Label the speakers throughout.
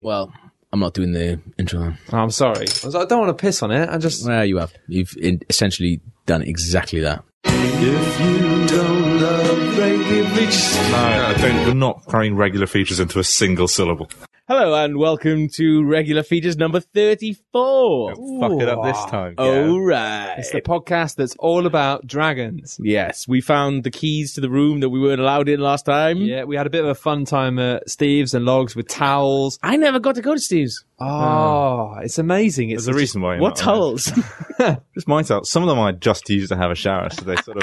Speaker 1: Well, I'm not doing the intro.
Speaker 2: I'm sorry. I was like, I don't want to piss on it. I just.
Speaker 1: Well, you have. You've in- essentially done exactly that.
Speaker 3: If you don't love regular features. No, I don't. We're not carrying regular features into a single syllable.
Speaker 1: Hello and welcome to regular features number 34.
Speaker 4: fuck it up this time.
Speaker 1: All right.
Speaker 2: It's the podcast that's all about dragons.
Speaker 1: yes, we found the keys to the room that we weren't allowed in last time.
Speaker 2: Yeah, we had a bit of a fun time at Steve's and Logs with towels.
Speaker 1: I never got to go to Steve's.
Speaker 2: Oh, it's amazing. It's
Speaker 4: There's a reason why. you're
Speaker 1: What
Speaker 4: not on
Speaker 1: towels?
Speaker 4: it. Just my towels. Some of them I just used to have a shower, so they sort of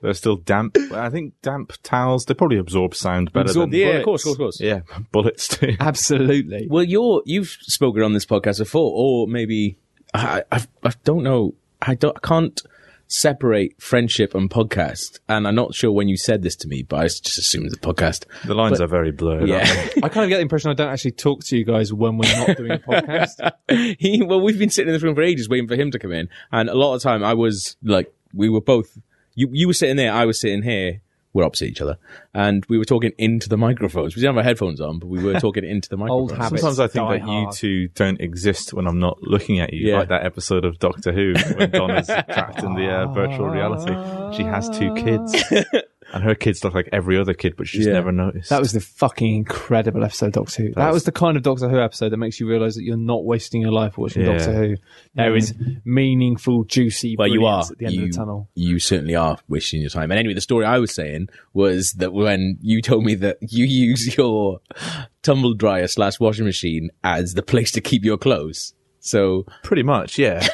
Speaker 4: they're still damp. But I think damp towels they probably absorb sound better
Speaker 2: Absorb
Speaker 4: than
Speaker 2: the-
Speaker 1: yeah,
Speaker 2: bullets.
Speaker 1: of course, of course, of course.
Speaker 4: yeah bullets too.
Speaker 2: Absolutely.
Speaker 1: Well, you're you've spoken on this podcast before, or maybe I I, I don't know. I don't. I can't separate friendship and podcast, and I'm not sure when you said this to me, but I just assumed the podcast.
Speaker 4: The lines are very blurred. aren't
Speaker 1: Yeah,
Speaker 2: I kind of get the impression I don't actually talk to you guys when we're not doing a podcast.
Speaker 1: he. Well, we've been sitting in this room for ages waiting for him to come in, and a lot of time I was like, we were both. You you were sitting there, I was sitting here. We're opposite each other, and we were talking into the microphones. We didn't have our headphones on, but we were talking into the microphones.
Speaker 2: Old
Speaker 4: they?
Speaker 2: habits.
Speaker 4: Sometimes I think
Speaker 2: die
Speaker 4: that you
Speaker 2: hard.
Speaker 4: two don't exist when I'm not looking at you,
Speaker 1: Yeah.
Speaker 4: like that episode of Doctor Who when Donna's trapped in the uh, virtual reality. She has two kids, and her kids look like every other kid, but she's
Speaker 1: Yeah.
Speaker 4: never noticed.
Speaker 2: That was the fucking incredible episode of Doctor Who. That, was, the kind of Doctor Who episode that makes you realise that you're not wasting your life watching
Speaker 4: Yeah.
Speaker 2: Doctor Who. There is meaningful, juicy
Speaker 1: Well, you are.
Speaker 2: brilliance at the end
Speaker 1: you,
Speaker 2: of the tunnel.
Speaker 1: you certainly are wasting your time. And anyway, the story I was saying was that when you told me that you use your tumble dryer slash washing machine as the place to keep your clothes. So,
Speaker 4: pretty much, yeah.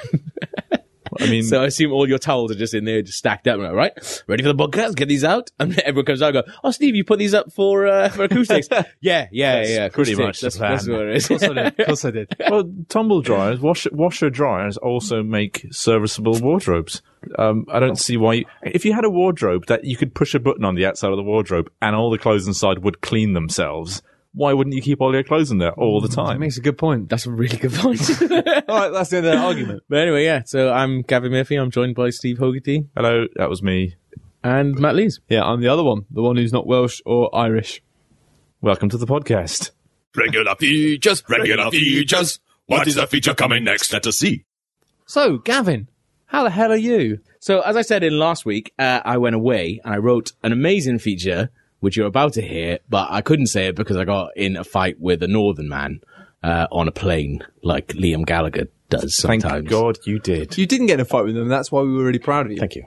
Speaker 4: I mean,
Speaker 1: so I assume all your towels are just in there, just stacked up. And I'm like, right, ready for the podcast? Get these out. And everyone comes out and go, oh, Steve, you put these up for, uh, for acoustics. yeah, yeah, yeah.
Speaker 4: pretty
Speaker 1: acoustics.
Speaker 4: much the
Speaker 1: that's,
Speaker 4: plan.
Speaker 1: that's what it is.
Speaker 2: Of course I did. Of course I did.
Speaker 4: well, tumble dryers, wash, washer dryers also make serviceable wardrobes. Um, I don't see why. You, if you had a wardrobe that you could push a button on the outside of the wardrobe and all the clothes inside would clean themselves, why wouldn't you keep all your clothes in there all the
Speaker 2: That
Speaker 4: time?
Speaker 2: makes a good point.
Speaker 1: that's a really good point.
Speaker 2: All right, that's the end of that argument.
Speaker 1: but anyway, yeah. So I'm Gavin Murphy. I'm joined by Steve Hogarty
Speaker 4: Hello, that was me.
Speaker 1: and Matt Lees.
Speaker 2: Yeah, I'm the other one, the one who's not Welsh or Irish.
Speaker 4: Welcome to the podcast.
Speaker 5: Regular features, regular features. What is the feature coming next? Let us see.
Speaker 2: So, Gavin, how the hell are you?
Speaker 1: So, as I said in last week, uh, I went away and I wrote an amazing feature, which you're about to hear, but I couldn't say it because I got in a fight with a northern man uh, on a plane, like Liam Gallagher does
Speaker 4: Thank
Speaker 1: sometimes.
Speaker 4: God you did.
Speaker 2: You didn't get in a fight with them. That's why we were really proud of you.
Speaker 1: Thank you.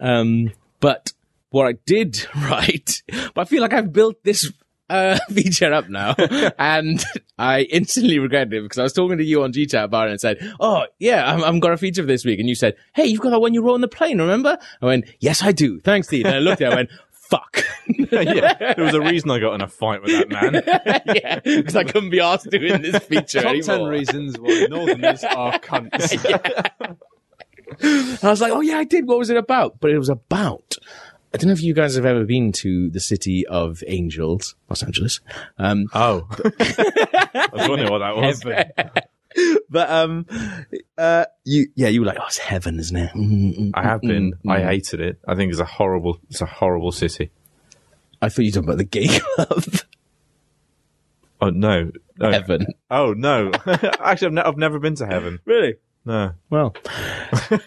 Speaker 1: Um, but what I did write, but I feel like I've built this uh, feature up now, and I instantly regretted it because I was talking to you on GTAP about it and said, "Oh yeah, I'm, I'm got a feature for this week," and you said, "Hey, you've got that one you wrote on the plane, remember?" I went, "Yes, I do. Thanks, Steve." And I looked at, it, I went, "Fuck."
Speaker 4: yeah, there was a reason I got in a fight with that man.
Speaker 1: yeah, because I couldn't be asked doing this feature
Speaker 2: Top
Speaker 1: anymore.
Speaker 2: ten reasons why Northerners are cunts.
Speaker 1: And I was like, oh yeah, I did. What was it about? But it was about. I don't know if you guys have ever been to the city of Angels, Los Angeles. Um,
Speaker 4: Oh, I was wondering what that was.
Speaker 1: but um, uh, you yeah, you were like, oh, it's heaven, isn't it? Mm, mm.
Speaker 4: I have been. I hated it. I think it's a horrible. It's a horrible city.
Speaker 1: I thought you were talking about the gay club,
Speaker 4: Oh no, no.
Speaker 1: heaven.
Speaker 4: Oh no! Actually, I've, ne- I've never been to heaven.
Speaker 1: Really?
Speaker 4: No.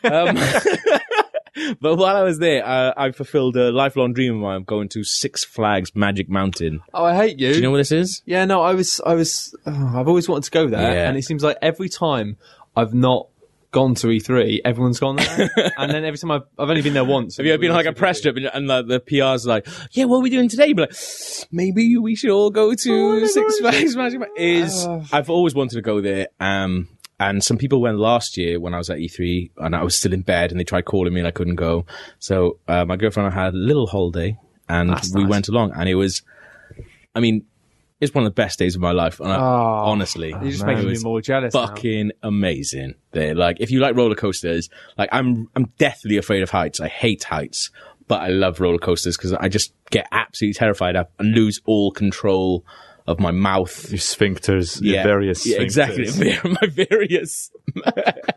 Speaker 1: Well, um, but while I was there, uh, I fulfilled a lifelong dream of mine of going to Six Flags Magic Mountain.
Speaker 2: Oh, I hate you.
Speaker 1: Do you know what this is?
Speaker 2: yeah, no, I was, I was, oh, I've always wanted to go there,
Speaker 1: Yeah.
Speaker 2: and it seems like every time I've not gone to E3, everyone's gone there, and then every time I've, I've only been there once.
Speaker 1: Have you ever been on, like a press trip and, and like, the PR's like, yeah, what are we doing today? But like, maybe we should all go
Speaker 2: Oh,
Speaker 1: to Six Flags Magic Ma-" Is I've always wanted to go there. Um, and some people went last year when I was at E3 and I was still in bed and they tried calling me and I couldn't go. So uh, my girlfriend and I had a little holiday and we
Speaker 2: nice.
Speaker 1: went along and it was, I mean, it's one of the best days of my life. And I,
Speaker 2: Oh.
Speaker 1: honestly,
Speaker 2: You're just
Speaker 1: it
Speaker 2: making me
Speaker 1: was-
Speaker 2: more jealous. now.
Speaker 1: fucking amazing. They're like, if you like roller coasters, like I'm, I'm deathly afraid of heights. I hate heights, but I love roller coasters because I just get absolutely terrified up and lose all control of my mouth.
Speaker 4: Your sphincters. Your various.
Speaker 1: yeah,
Speaker 4: sphincters.
Speaker 1: exactly. My various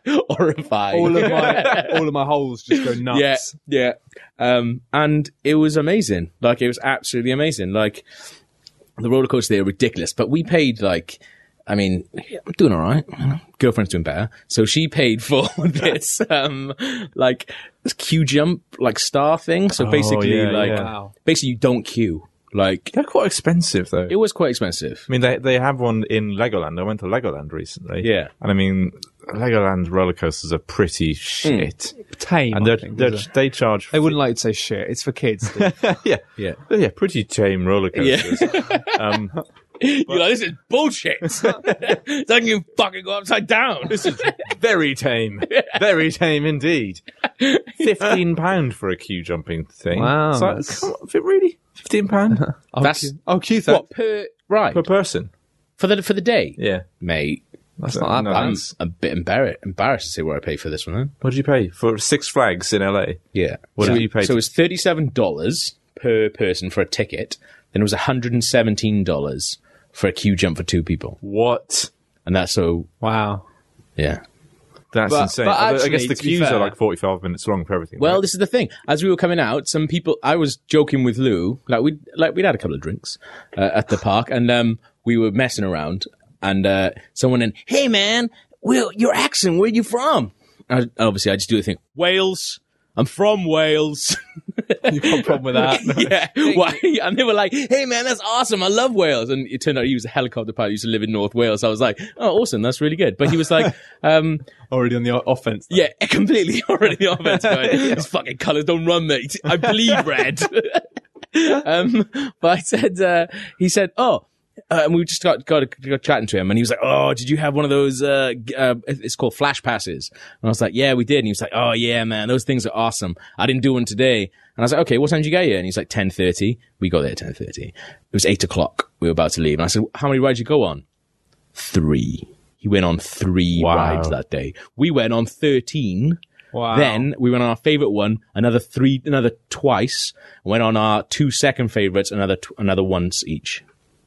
Speaker 1: horrified.
Speaker 2: All of my, all of my holes just go nuts.
Speaker 1: Yeah, yeah. Um, and it was amazing. Like it was absolutely amazing. Like the roller coaster there, ridiculous. But we paid like I mean, I'm doing all right. Girlfriend's doing better. So she paid for this, um, like queue jump, like star thing. So basically,
Speaker 4: Oh, yeah,
Speaker 1: like,
Speaker 4: yeah.
Speaker 2: Wow.
Speaker 1: basically you don't queue. Like,
Speaker 4: They're quite expensive though.
Speaker 1: it was quite expensive.
Speaker 4: I mean, they they have one in Legoland. I went to Legoland recently.
Speaker 1: Yeah. Hmm.
Speaker 4: and I mean, Legoland roller coasters are pretty shit,
Speaker 2: Tame.
Speaker 4: and
Speaker 2: I
Speaker 4: they're,
Speaker 2: think,
Speaker 4: they're,
Speaker 2: is it?
Speaker 4: they charge.
Speaker 2: They wouldn't like to say shit. It's for kids. dude.
Speaker 4: yeah,
Speaker 1: Oh. Yeah.
Speaker 4: They're, yeah, pretty tame roller coasters. um,
Speaker 1: You're like, this is bullshit. Doesn't you fucking go upside down?
Speaker 4: this is very tame, very tame indeed. Fifteen pound for a queue jumping thing.
Speaker 2: Wow,
Speaker 4: So,
Speaker 2: that's-
Speaker 4: come on, fi- really, fifteen pound
Speaker 2: I'll
Speaker 1: That's-
Speaker 2: queue- I'll queue Oh, that.
Speaker 1: What per right
Speaker 4: per person.
Speaker 1: for the for the day,
Speaker 4: Yeah,
Speaker 1: mate?
Speaker 2: That's not that
Speaker 4: No,
Speaker 2: bad.
Speaker 1: I'm
Speaker 4: that's-
Speaker 1: a bit embarrassed embarrassed to say what I paid for this one. Huh?
Speaker 4: What did you pay for Six Flags in LA?
Speaker 1: Yeah.
Speaker 4: What
Speaker 1: so,
Speaker 4: did you pay
Speaker 1: So
Speaker 4: to-
Speaker 1: it was thirty seven dollars per person for a ticket. Then it was one hundred and seventeen dollars for a queue jump for two people,
Speaker 4: What?
Speaker 1: and that's so
Speaker 2: Wow.
Speaker 1: yeah.
Speaker 4: That's
Speaker 2: But-
Speaker 4: insane.
Speaker 2: but
Speaker 4: Although I
Speaker 2: actually,
Speaker 4: guess the
Speaker 2: to be
Speaker 4: queues
Speaker 2: fair-
Speaker 4: are like forty-five minutes long for everything.
Speaker 1: Well, this is the thing. As we were coming out, some people. I was joking with Lou, like we like we'd had a couple of drinks uh, at the park, and um, we were messing around, and uh, someone in, "Hey man, Will, your accent? Where you from?" And I- obviously, I just do the thing. Wales. I'm from Wales.
Speaker 2: You've got a problem with that.
Speaker 1: yeah. Why? And they were like, hey, man, that's awesome. I love Wales. And it turned out he was a helicopter pilot. He used to live in North Wales. I was like, oh, awesome. That's really good. But he was like, um,
Speaker 2: Already on the o- offense. then.
Speaker 1: yeah, completely already the offense. Going, These fucking colours don't run, mate. I bleed red. um, but I said, uh, he said, oh, uh, and we just got, got got chatting to him, and he was like, "Oh, did you have one of those? Uh, g- uh, it's called flash passes." And I was like, "Yeah, we did." And he was like, "Oh yeah, man, those things are awesome. I didn't do one today." And I was like, "Okay, what time did you get here?" And he's like, 10.30. We got there at ten thirty. It was eight o'clock. We were about to leave, and I said, "How many rides you go on?" Three. He went on three rides that day. We went on thirteen.
Speaker 2: Wow.
Speaker 1: Then we went on our favorite one, another three, another twice. Went on our two second favorites, another tw- another once each.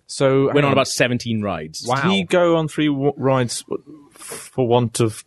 Speaker 4: so hang
Speaker 1: Went on about seventeen rides.
Speaker 4: Did he go on three w- rides for want of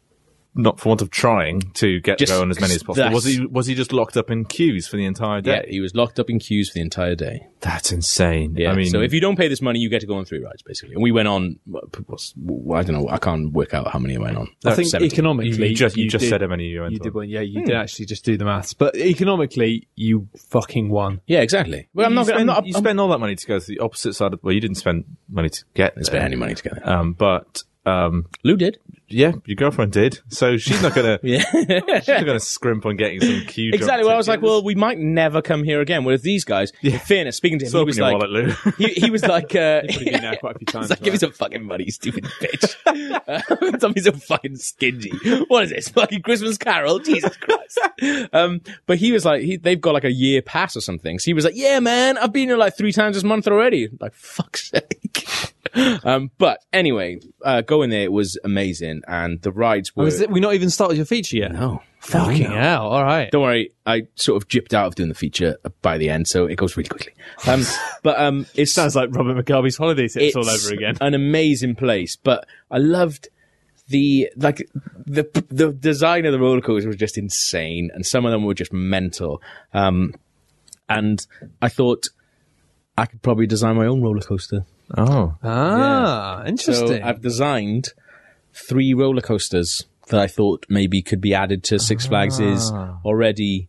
Speaker 4: not for want of trying to get
Speaker 1: Just
Speaker 4: there on as many as possible?
Speaker 1: that's-
Speaker 4: Was he was he just locked up in queues for the entire
Speaker 1: Yeah,
Speaker 4: day?
Speaker 1: he was locked up in queues for the entire day.
Speaker 4: That's insane.
Speaker 1: Yeah.
Speaker 4: I mean,
Speaker 1: so if you don't pay this money, you get to go on three rides basically. And we went on. what's- I don't know. I can't work out how many I went on.
Speaker 2: I think
Speaker 1: 17.
Speaker 2: economically,
Speaker 4: you just you, just
Speaker 2: did-
Speaker 4: said how many you went
Speaker 2: You did
Speaker 4: on.
Speaker 2: win. Yeah, you did actually just do the maths. But economically, you fucking won.
Speaker 1: Yeah, exactly. Well, I'm
Speaker 4: you
Speaker 1: not. Gonna,
Speaker 4: spend,
Speaker 1: I'm not.
Speaker 4: you
Speaker 1: I'm-
Speaker 4: spend all that money to go to the opposite side. of Well, you didn't spend money to
Speaker 1: didn't
Speaker 4: get there.
Speaker 1: spend any money together.
Speaker 4: Um, but um,
Speaker 1: Lou did.
Speaker 4: yeah, your girlfriend did. So she's not gonna
Speaker 1: Yeah.
Speaker 4: she's not gonna scrimp on getting some queue. jump
Speaker 1: Exactly. Well, I was like,
Speaker 4: tickets.
Speaker 1: well, we might never come here again. Whereas these guys, in fairness, speaking to him,
Speaker 4: Open
Speaker 1: he was
Speaker 4: your
Speaker 1: like,
Speaker 4: wallet, Lou.
Speaker 1: he, he was like, uh,
Speaker 2: You've been there quite a few times.
Speaker 1: It's like, give me
Speaker 2: right?
Speaker 1: some fucking money, you stupid bitch. Uh, Tell me so fucking stingy. What is this? Fucking Christmas Carol? Jesus Christ. Um, but he was like, he, they've got like a year pass or something. So he was like, yeah, man, I've been here like three times this month already. Like, fuck's sake. um, but anyway, uh, going there was amazing and the rides
Speaker 2: Oh,
Speaker 1: were. Oh,
Speaker 2: is it, we not even started your feature yet.
Speaker 1: no.
Speaker 2: Fucking hell. All right.
Speaker 1: Don't worry, I sort of gypped out of doing the feature by the end, so it goes really quickly. Um, but um, it's
Speaker 2: Sounds like Robert McGarvey's holiday tips
Speaker 1: it's
Speaker 2: all over again.
Speaker 1: An amazing place, but I loved the like the the design of the roller coasters was just insane, and some of them were just mental. Um, and I thought I could probably design my own roller coaster.
Speaker 4: oh,
Speaker 2: Ah,
Speaker 1: So
Speaker 2: interesting.
Speaker 1: I've designed three roller coasters that I thought maybe could be added to Six Flags' is
Speaker 2: Ah.
Speaker 1: already.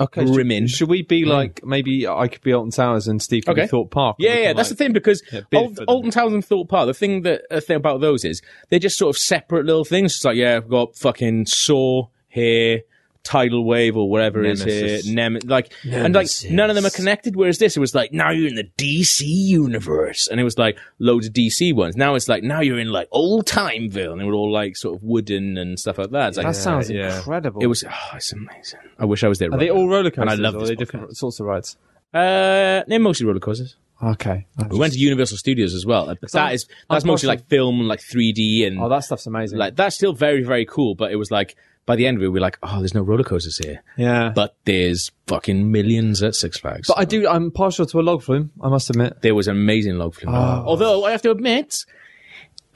Speaker 2: okay,
Speaker 1: Grimming.
Speaker 2: Should, should we be like maybe I could be Alton Towers and Steve could be
Speaker 1: Okay.
Speaker 2: Thorpe Park?
Speaker 1: Yeah, yeah, that's the thing because
Speaker 2: bid
Speaker 1: Old,
Speaker 2: for them.
Speaker 1: Alton Towers and Thorpe Park. The thing that uh, thing about those is they're just sort of separate little things. It's like yeah, I've got fucking Saw here, Tidal Wave or whatever it is
Speaker 4: Nemesis.
Speaker 1: here, Nem- like and like none of them are connected. Whereas this, it was like now you're in the DC universe, and it was like loads of DC ones. Now it's like now you're in like old Timeville, and they were all like sort of wooden and stuff like that. It's like
Speaker 2: That sounds
Speaker 4: yeah.
Speaker 2: incredible.
Speaker 1: it was oh, it's amazing. I wish I was there.
Speaker 2: Are they all roller coasters?
Speaker 1: And I love
Speaker 2: or are
Speaker 1: this
Speaker 2: they different sorts of rides?
Speaker 1: Uh, they're mostly roller coasters.
Speaker 2: Okay.
Speaker 1: We went to Universal Studios as well. But that is that's
Speaker 2: I'm
Speaker 1: mostly
Speaker 2: partial-
Speaker 1: like film and like 3D and
Speaker 2: Oh, that stuff's amazing.
Speaker 1: like that's still very very cool. But it was like by the end of it, we were like, oh, there's no roller coasters here,
Speaker 2: yeah.
Speaker 1: but there's fucking millions at Six Flags.
Speaker 2: But I do. I'm partial to a log flume. I must admit.
Speaker 1: there was amazing log flume.
Speaker 2: Oh.
Speaker 1: Although I have to admit.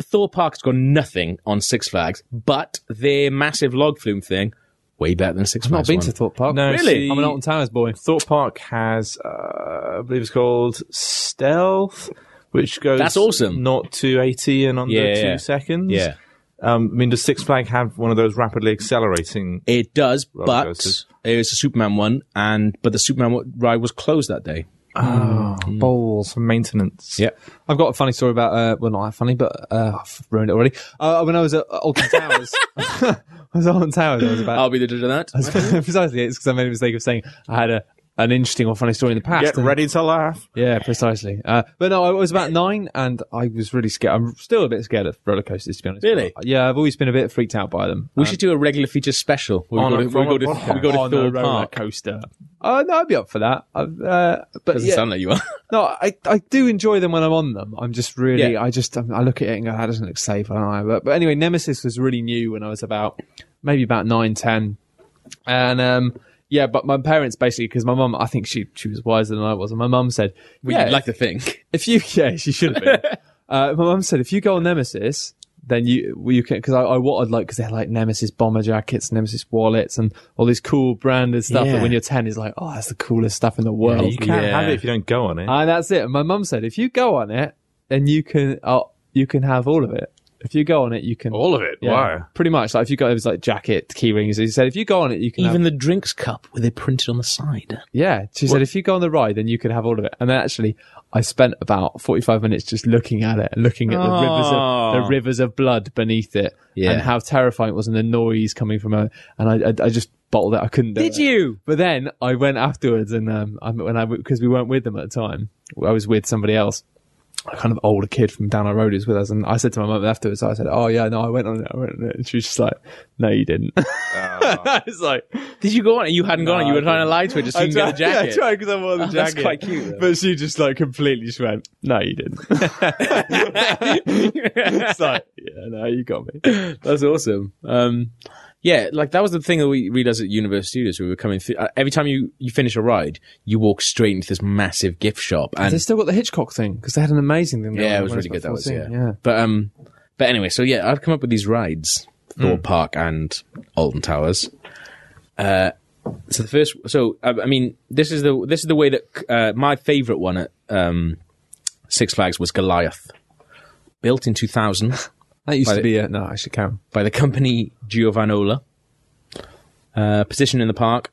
Speaker 1: Thor Park's got nothing on Six Flags, but their massive log flume thing, way better than Six
Speaker 2: I've not
Speaker 1: Flags.
Speaker 2: been
Speaker 1: one.
Speaker 2: to Thorpe Park.
Speaker 4: No, Really? see-
Speaker 2: I'm an Alton Towers boy.
Speaker 4: Thorpe Park has, uh, I believe it's called Stealth, which goes
Speaker 1: That's awesome.
Speaker 4: not to 80 and under
Speaker 1: Yeah,
Speaker 4: two
Speaker 1: yeah.
Speaker 4: seconds.
Speaker 1: Yeah.
Speaker 4: Um, I mean, does Six Flag have one of those rapidly accelerating?
Speaker 1: It does,
Speaker 4: Roller
Speaker 1: but
Speaker 4: coasters.
Speaker 1: it was a Superman one, and but the Superman wa- ride was closed that day.
Speaker 4: Balls for maintenance.
Speaker 1: Mm. Yeah.
Speaker 2: I've got a funny story about, uh, well, not that funny, but uh, I've ruined it already. Uh, when I was at Alton Towers, I was at Alton Towers, I was about
Speaker 1: I'll be the judge of that.
Speaker 2: precisely, it's because I made a mistake of saying I had a an interesting or funny story in the past.
Speaker 4: Get
Speaker 2: and-
Speaker 4: ready to laugh.
Speaker 2: Yeah, precisely. Uh, but no, I was about nine, and I was really scared. I'm still a bit scared of roller coasters, to be honest. Uh,
Speaker 1: Really?
Speaker 2: Yeah, I've always been a bit freaked out by them.
Speaker 1: We should do a regular feature special. We
Speaker 4: On
Speaker 1: go
Speaker 4: a
Speaker 1: to, we go to,
Speaker 4: roller-
Speaker 1: we go to
Speaker 2: on
Speaker 1: Thor
Speaker 2: a Oh, roller
Speaker 1: Park.
Speaker 2: coaster. Uh, no, I'd be up for that. I've, uh, but
Speaker 1: Doesn't
Speaker 2: yeah,
Speaker 1: sound like you are.
Speaker 2: no, I, I do enjoy them when I'm on them. I'm just really,
Speaker 1: Yeah.
Speaker 2: I just, um, I look at it and go, that doesn't look safe. I don't know. But, but anyway, Nemesis was really new when I was about, maybe about nine, ten. And, um, yeah, but my parents basically, because my mum, I think she, she was wiser than I was. And my mum said,
Speaker 1: We
Speaker 2: yeah,
Speaker 1: like to think.
Speaker 2: if you yeah she should have been uh, my mum said if you go on nemesis then you well, you can because I, I what I'd like because they're like nemesis bomber jackets nemesis wallets and all this cool branded stuff that
Speaker 1: Yeah.
Speaker 2: when you're 10 is like oh that's the coolest stuff in the world
Speaker 4: You can't
Speaker 1: Oh, Yeah.
Speaker 4: have it if you don't go on it.
Speaker 2: and that's it and my mum said if you go on it then you can uh, you can have all of it if you go on it you can
Speaker 4: All of it.
Speaker 2: yeah,
Speaker 4: Wow.
Speaker 2: pretty much like if you got it was like jacket key rings she said if you go on it you can have
Speaker 1: the drinks cup where they're printed on the side.
Speaker 2: yeah, she said, if you go on the ride, then you can have all of it. And then actually, I spent about 45 minutes just looking at it and looking at the rivers of
Speaker 1: Oh.
Speaker 2: the rivers of blood beneath it
Speaker 1: Yeah.
Speaker 2: and how terrifying it was and the noise coming from it. And I, I, I just bottled it. I couldn't do it.
Speaker 1: Did you?
Speaker 2: But then I went afterwards and, um, I, when I, because we weren't with them at the time, I was with somebody else. A kind of older kid from down our road who was with us, and I said to my mum afterwards, I said, "Oh yeah, no, I went on it, I went on it," and she was just like, "No, you didn't."
Speaker 1: Ah.
Speaker 2: I was like,
Speaker 1: Did you go on it? You hadn't gone on it. You were trying to lie to it just so you can get the
Speaker 2: tried-
Speaker 1: jacket. Oh,
Speaker 2: Yeah, I tried because I wore the jacket.
Speaker 1: that's quite cute, though.
Speaker 2: But she just like completely just went, "No, you didn't." it's like, yeah, no, you got me.
Speaker 1: That's awesome. Um, yeah, like that was the thing that we realized at Universe Studios. We were coming through. Uh, every time you, you finish a ride, you walk straight into this massive gift shop.
Speaker 2: And they
Speaker 1: And
Speaker 2: still got the Hitchcock thing because they had an amazing thing.
Speaker 1: yeah, it was really good. That was yeah. But um, but anyway, so yeah, I've come up with these rides: Thor Park and Alton Towers. Uh, so the first, so I, I mean, this is the this is the way that uh, my favorite one at um, Six Flags was Goliath, built in two thousand.
Speaker 2: That used
Speaker 1: By the-
Speaker 2: to be a no. Actually, Karen.
Speaker 1: by the company Giovanola. Uh, position in the park,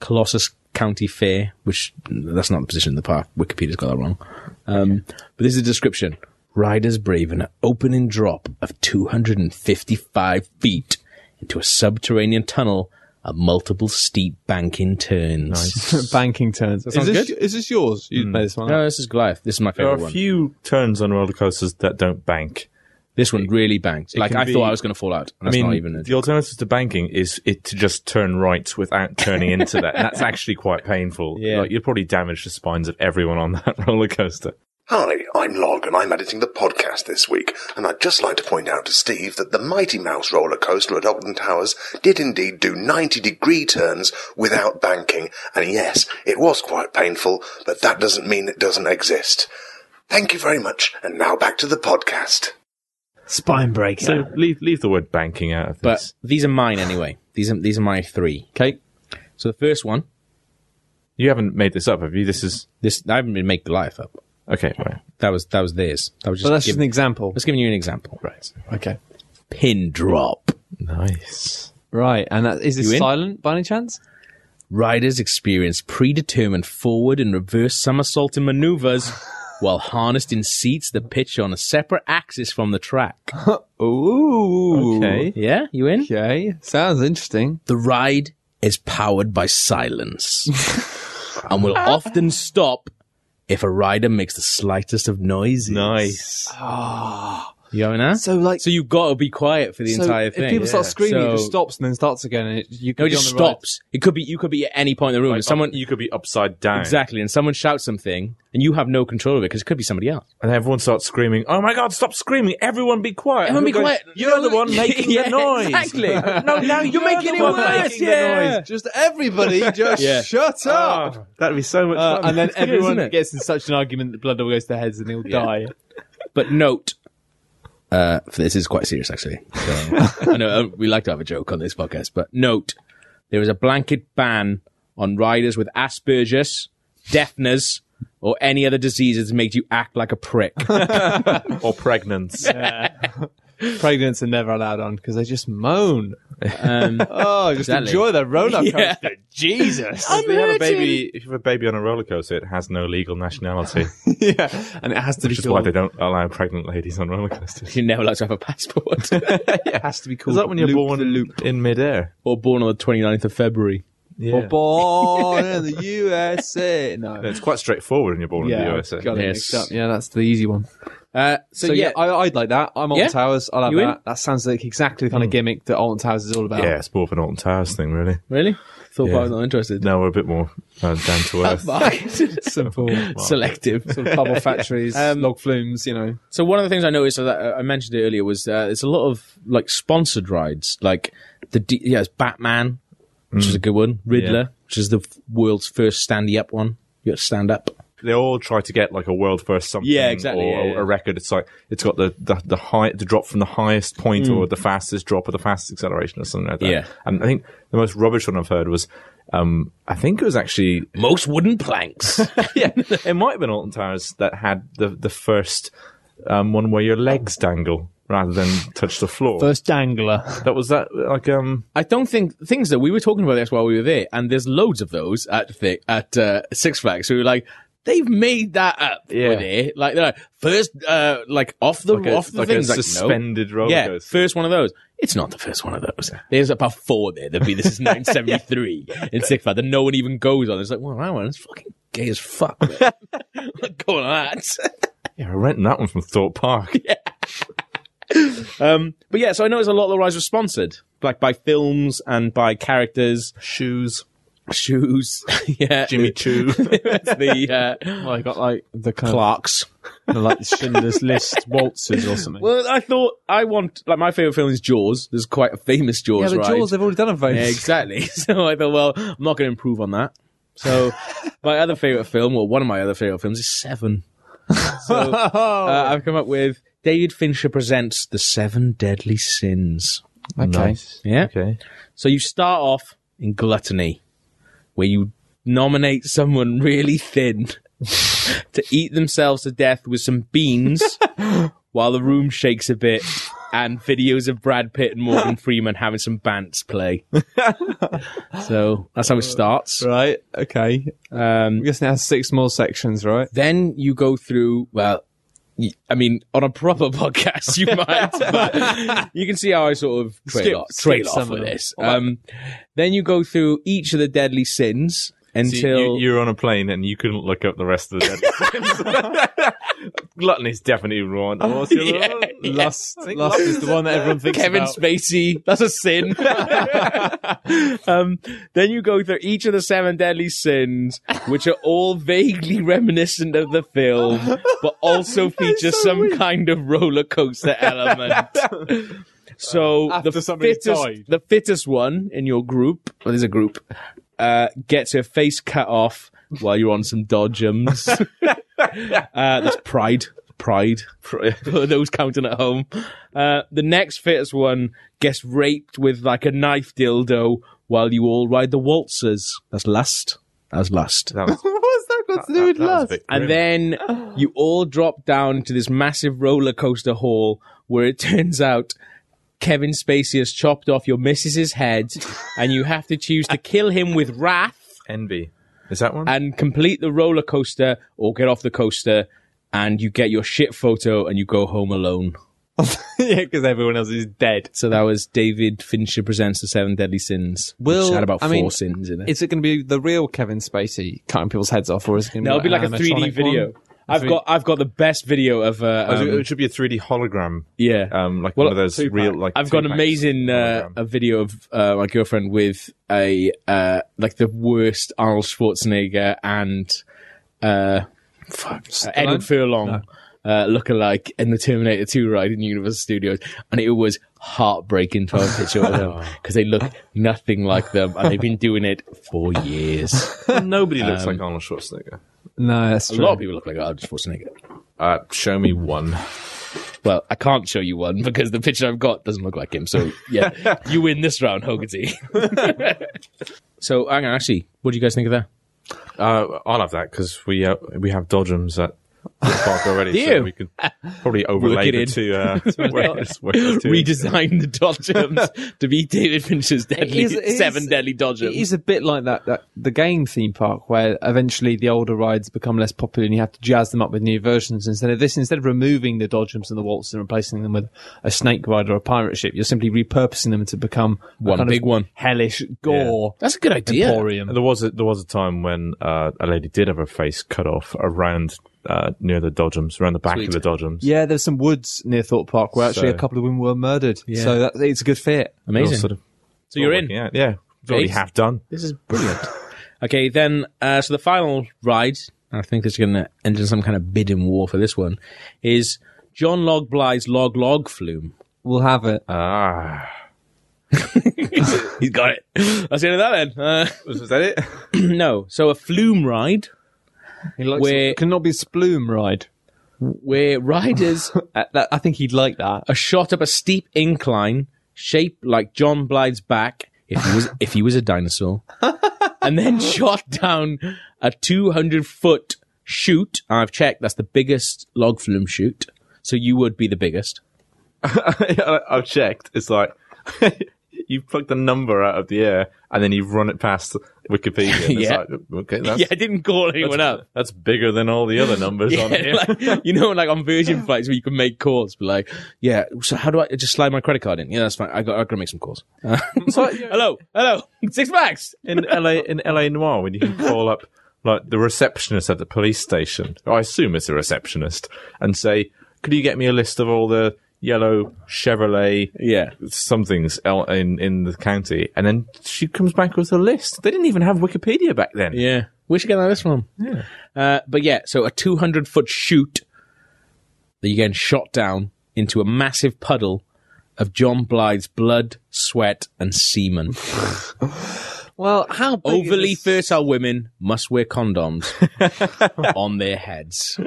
Speaker 1: Colossus County Fair, which that's not the position in the park. Wikipedia's got that wrong. Um, But this is a description. Riders brave an opening drop of 255 feet into a subterranean tunnel at multiple steep banking turns.
Speaker 2: Banking turns. Is
Speaker 1: this-
Speaker 2: is this yours? You
Speaker 1: Mm.
Speaker 2: made this one.
Speaker 1: No, this is Goliath. This is my
Speaker 4: There are
Speaker 1: favorite
Speaker 4: a
Speaker 1: one.
Speaker 4: few turns on roller coasters that don't bank.
Speaker 1: this one really banked. Like
Speaker 4: can
Speaker 1: I
Speaker 4: be-
Speaker 1: thought I was going to fall out. And
Speaker 4: I
Speaker 1: that's
Speaker 4: mean,
Speaker 1: not even a,
Speaker 4: the alternative to banking is it to just turn right without turning into that. And that's actually quite painful.
Speaker 1: Yeah.
Speaker 4: Like, you'd probably damage the spines of everyone on that roller coaster.
Speaker 6: Hi, I'm Log, and I'm editing the podcast this week. And I'd just like to point out to Steve that the Mighty Mouse roller coaster at Ogden Towers did indeed do 90 degree turns without banking. And yes, it was quite painful, but that doesn't mean it doesn't exist. Thank you very much, and now back to the podcast.
Speaker 2: Spine breaker.
Speaker 4: So leave, leave the word banking out of
Speaker 1: but
Speaker 4: this.
Speaker 1: these are mine anyway. These are these are my three.
Speaker 2: okay.
Speaker 1: So the first one,
Speaker 4: you haven't made this up, have you? This is.
Speaker 1: this I haven't been make Goliath up.
Speaker 4: Okay, right.
Speaker 1: That was that was theirs. That was just.
Speaker 2: But that's just
Speaker 1: giving,
Speaker 2: an example.
Speaker 1: just giving you an example. Right.
Speaker 2: Okay.
Speaker 1: Pin drop.
Speaker 4: Nice.
Speaker 2: Right, and that, is
Speaker 1: You
Speaker 2: this
Speaker 1: in?
Speaker 2: silent by any chance?
Speaker 1: Riders experience predetermined forward and reverse somersaulting maneuvers while harnessed in seats that pitch on a separate axis from the track.
Speaker 2: Ooh.
Speaker 4: Okay.
Speaker 1: Yeah, you in?
Speaker 2: Okay. Sounds interesting.
Speaker 1: The ride is powered by silence and will often stop if a rider makes the slightest of noises.
Speaker 4: Nice.
Speaker 1: You know that?
Speaker 2: So, like-
Speaker 1: Ah. so you got to be quiet for the
Speaker 2: So
Speaker 1: entire thing.
Speaker 2: If people start
Speaker 1: Yeah.
Speaker 2: screaming,
Speaker 1: So-
Speaker 2: it just stops and then starts again. And it, you
Speaker 1: No,
Speaker 2: could
Speaker 1: it
Speaker 2: be
Speaker 1: just
Speaker 2: on the ride.
Speaker 1: stops. It could be you could be at any point in the room. and someone
Speaker 4: You could be upside down.
Speaker 1: Exactly, and someone shouts something, and you have no control of it because it could be somebody else.
Speaker 4: And everyone starts screaming, Oh my god, stop screaming! Everyone be quiet!
Speaker 1: Everyone be
Speaker 4: We're going,
Speaker 1: quiet.
Speaker 4: You're the one making
Speaker 1: Yeah,
Speaker 4: the noise!
Speaker 1: Exactly.
Speaker 4: No, now you're,
Speaker 1: making
Speaker 4: the
Speaker 1: it
Speaker 4: one
Speaker 1: worse,
Speaker 4: making the
Speaker 1: yeah.
Speaker 4: noise.
Speaker 2: Just everybody, just
Speaker 1: Yeah.
Speaker 2: shut up.
Speaker 4: Oh, that'd be so much
Speaker 2: Uh,
Speaker 4: fun.
Speaker 2: and then
Speaker 1: good,
Speaker 2: everyone
Speaker 1: isn't it?
Speaker 2: gets in such an argument that blood all goes to their heads and they'll die.
Speaker 1: but note, uh, for this is quite serious actually. So, I know uh, we like to have a joke on this podcast, but note, there is a blanket ban on riders with Asperger's, deafness, or any other diseases that make you act like a prick. uh,
Speaker 4: or pregnant.
Speaker 2: Pregnants are never allowed on because they just moan.
Speaker 1: Um,
Speaker 2: Oh, just
Speaker 1: Exactly.
Speaker 2: enjoy the roller coaster.
Speaker 1: Yeah.
Speaker 2: Jesus.
Speaker 4: If you have a baby, if you have a baby on a roller coaster, it has no legal nationality,
Speaker 2: yeah, and it has to be
Speaker 4: which is why
Speaker 2: called.
Speaker 4: they don't allow pregnant ladies on roller coasters.
Speaker 1: you're never allowed to have a passport.
Speaker 2: It has to be called.
Speaker 4: Is that when you're
Speaker 2: Loop
Speaker 4: born
Speaker 2: the
Speaker 4: in,
Speaker 2: Loop?
Speaker 4: in midair?
Speaker 1: or born on the 29th of February.
Speaker 4: Yeah.
Speaker 2: Or born in the USA? No.
Speaker 4: it's quite straightforward when you're born in the USA.
Speaker 2: Got it
Speaker 1: Yes.
Speaker 2: mixed up. Yeah, that's the easy one.
Speaker 1: Uh, so,
Speaker 2: So
Speaker 1: yeah,
Speaker 2: yeah, I, I'd like that. I'm on
Speaker 1: Yeah?
Speaker 2: Towers. I'll have
Speaker 1: You in?
Speaker 2: that. That sounds like exactly the kind of gimmick that Alton Towers is all about.
Speaker 4: Yeah, it's more of an Alton Towers thing, really.
Speaker 1: really thought
Speaker 4: Yeah.
Speaker 1: I was not interested.
Speaker 4: No, we're a bit more uh, down to earth.
Speaker 2: Simple.
Speaker 1: Selective.
Speaker 2: Sort of bubble factories, log flumes, you know.
Speaker 1: So one of the things I noticed that uh, I mentioned it earlier was uh, there's a lot of like sponsored rides, like the D- yeah, it's Batman, which is a good one, Riddler,
Speaker 4: Yeah.
Speaker 1: which is the f- world's first standy up one. You got to stand up.
Speaker 4: they all try to get like a world first something
Speaker 1: Yeah, exactly,
Speaker 4: or
Speaker 1: yeah,
Speaker 4: a-
Speaker 1: yeah.
Speaker 4: a record it's like it's got the the, the high the drop from the highest point or the fastest drop or the fastest acceleration or something like that
Speaker 1: Yeah.
Speaker 4: and i think the most rubbish one i've heard was um i think it was actually
Speaker 1: Most wooden planks.
Speaker 4: yeah it might have been alton towers that had the the first um one where your legs dangle rather than touch the floor
Speaker 2: First dangler.
Speaker 4: that was that like um
Speaker 1: I don't think things that we were talking about this while we were there, and there's loads of those at thi- at uh, Six Flags. So we were like, they've made that up.
Speaker 4: Yeah.
Speaker 1: were they? like they're like, first, uh, like off the
Speaker 4: like a,
Speaker 1: off the
Speaker 4: like a
Speaker 1: things, like, no.
Speaker 4: suspended roller
Speaker 1: yeah,
Speaker 4: coaster
Speaker 1: first one of those. It's not the first one of those. There's about four there. There'd be this is 973 in Six Flags that no one even goes on. It's like, well, that one's fucking gay as fuck. man. Go on that.
Speaker 4: yeah i renting that one from thorpe park
Speaker 1: Um, but yeah, so I noticed a lot of the rides were sponsored, like by films and by characters,
Speaker 4: shoes
Speaker 1: shoes. yeah,
Speaker 4: jimmy choo
Speaker 1: It's the uh,
Speaker 2: Well, oh, I got like the kind
Speaker 1: Clarks.
Speaker 2: of like Schindler's List waltzes or something.
Speaker 1: Well, I thought I want like my favorite film is Jaws. There's quite a famous
Speaker 2: yeah,
Speaker 1: Jaws
Speaker 2: the
Speaker 1: ride.
Speaker 2: Jaws, they've already done a vote.
Speaker 1: Yeah, exactly. So I thought, well, I'm not going to improve on that. So my other favorite film, or one of my other favorite films, is Seven. So uh, I've come up with David Fincher presents The Seven Deadly Sins.
Speaker 2: okay.
Speaker 1: Yeah.
Speaker 4: okay
Speaker 1: So you start off in gluttony, where you nominate someone really thin to eat themselves to death with some beans while the room shakes a bit and videos of Brad Pitt and Morgan Freeman having some bants play. so that's how it starts.
Speaker 2: Right. Okay.
Speaker 1: Um,
Speaker 2: I'm guessing it has six more sections, right?
Speaker 1: then you go through, well, y- I mean, on a proper podcast, you might, but you can see how I sort of trail
Speaker 2: Skip-
Speaker 1: off, trail
Speaker 2: skip
Speaker 1: off
Speaker 2: some
Speaker 1: with
Speaker 2: of them.
Speaker 1: this. Um, then you go through each of the deadly sins
Speaker 4: So
Speaker 1: until.
Speaker 4: you, you, are on a plane and you couldn't look up the rest of the dead. Gluttony's definitely wrong.
Speaker 1: Oh,
Speaker 4: What's the other one?
Speaker 2: Lust. Lust is the one that everyone thinks
Speaker 1: Kevin
Speaker 2: about.
Speaker 1: Spacey, that's a sin. um, then you go through each of the seven deadly sins, which are all vaguely reminiscent of the film, but also feature some kind of roller coaster element. So
Speaker 2: After
Speaker 1: the
Speaker 2: somebody's
Speaker 1: fittest,
Speaker 2: died.
Speaker 1: the fittest one in your group, well, there's a group, uh, gets her face cut off while you're on some dodgems. uh, that's pride. Pride for those counting at home. Uh, the next fittest one gets raped with like a knife dildo while you all ride the waltzers. That's lust. That's lust.
Speaker 4: That was,
Speaker 2: What's that got to do
Speaker 4: that,
Speaker 2: with
Speaker 4: that was a
Speaker 2: lust?
Speaker 4: bit grim.
Speaker 1: And then you all drop down to this massive roller coaster hall where it turns out Kevin Spacey has chopped off your missus's head and you have to choose to kill him with wrath
Speaker 4: envy. Is that one?
Speaker 1: and complete the roller coaster or get off the coaster and you get your shit photo and you go home alone.
Speaker 2: yeah, because everyone else is dead.
Speaker 1: So that was David Fincher presents the Seven Deadly Sins. which
Speaker 2: Will-
Speaker 1: had about
Speaker 2: I
Speaker 1: four
Speaker 2: mean,
Speaker 1: sins in it.
Speaker 2: Is it going to be the real Kevin Spacey cutting people's heads off, or is it going to
Speaker 1: No, it'll
Speaker 2: be,
Speaker 1: be like a
Speaker 2: an
Speaker 1: 3D
Speaker 2: animatronic
Speaker 1: video.
Speaker 2: one?
Speaker 1: I've
Speaker 2: Three-
Speaker 1: got I've got the best video of uh,
Speaker 4: Oh, so
Speaker 1: um,
Speaker 4: it should be a 3D hologram.
Speaker 1: yeah.
Speaker 2: Oh,
Speaker 4: Um, like
Speaker 1: Well,
Speaker 4: one of those
Speaker 2: two-pack.
Speaker 4: real, like.
Speaker 1: I've got an
Speaker 4: two-packs
Speaker 1: amazing uh,
Speaker 4: hologram.
Speaker 1: a video of uh, my girlfriend with a uh, like the worst Arnold Schwarzenegger and uh, fuck, uh, Edward Furlong uh, lookalike in the Terminator 2 ride in Universal Studios, and it was heartbreaking to have a picture of
Speaker 4: Oh.
Speaker 1: them because they look nothing like them, and they've been doing it for years.
Speaker 4: Nobody looks
Speaker 1: Um,
Speaker 4: like Arnold Schwarzenegger.
Speaker 2: No, that's
Speaker 1: a
Speaker 2: true.
Speaker 1: lot of people look like Arnold Schwarzenegger.
Speaker 4: Uh, show me one.
Speaker 1: Well, I can't show you one because the picture I've got doesn't look like him. So, yeah, you win this round, Hogarty. so, hang on, actually, what do you guys think of that?
Speaker 4: Uh, I'll have that because we uh, we have Dodgems at the park already, so
Speaker 1: you?
Speaker 4: we can probably overlay
Speaker 1: it
Speaker 4: the
Speaker 1: in.
Speaker 4: two. Uh, work this- work the two.
Speaker 1: Redesign the Dodgems to be David Fincher's deadly
Speaker 2: is- it is-
Speaker 1: seven deadly
Speaker 2: It
Speaker 1: Dodgems.
Speaker 2: is a bit like that, that the game theme park where eventually the older rides become less popular and you have to jazz them up with new versions. Instead of this, instead of removing the Dodgems and the Waltz and replacing them with a Snake Ride or a pirate ship, you're simply repurposing them to become a
Speaker 1: One
Speaker 2: kind of
Speaker 1: big one.
Speaker 2: hellish gore.
Speaker 1: That's a good idea.
Speaker 2: Emporium.
Speaker 4: There was a, there was a time when uh, a lady did have her face cut off around uh, near the Dodgems, around the back
Speaker 1: Sweet.
Speaker 4: of the Dodgems.
Speaker 2: Yeah, there's some woods near Thorpe Park where actually
Speaker 4: So-
Speaker 2: a couple of women were murdered. So that, it's a good fit.
Speaker 4: It was
Speaker 1: Amazing.
Speaker 4: sort of-
Speaker 1: so you're in.
Speaker 4: Yeah, yeah. It's already
Speaker 1: Ace.
Speaker 4: half done.
Speaker 1: This is brilliant. okay, then, uh, so the final ride, I think it's going to end in some kind of bidding war for this one, is John Log Bly's Log Log Flume.
Speaker 2: We'll have it.
Speaker 4: Ah,
Speaker 1: He's got it. That's the end of that then. Uh,
Speaker 4: was that it?
Speaker 1: no, so a flume ride
Speaker 2: He likes
Speaker 1: We're-
Speaker 2: it cannot be Sploom Ride.
Speaker 1: where riders
Speaker 2: Uh, that, I think he'd like that.
Speaker 1: are shot up a steep incline shaped like John Blythe's back if he was if he was a dinosaur, and then shot down a 200 foot chute. I've checked; that's the biggest log flume chute. So you would be the biggest.
Speaker 4: I've checked. It's like you plucked the number out of the air and then you run it past Wikipedia. And
Speaker 1: Yeah.
Speaker 4: It's like, okay, that's,
Speaker 1: yeah, I didn't call anyone up.
Speaker 4: that's bigger than all the other numbers on here.
Speaker 1: like, you know, like on Virgin flights where you can make calls, but like, yeah. So how do I just slide my credit card in? Yeah, that's fine. I got. I gotta make some calls. Uh, hello, hello, six bucks.
Speaker 4: in LA in LA Noir when you can call up like the receptionist at the police station. Or I assume it's a receptionist, and say, "Could you get me a list of all the yellow Chevrolet
Speaker 1: Yeah.
Speaker 4: somethings el- in in the county?" And then she comes back with a list. They didn't even have Wikipedia back then.
Speaker 1: Yeah. We should get like this one. Yeah. Uh, but yeah, so a 200 foot chute that you're getting shot down into a massive puddle of John Blythe's blood, sweat, and semen.
Speaker 2: Well, how big is
Speaker 1: Overly
Speaker 2: this-
Speaker 1: fertile women must wear condoms on their heads.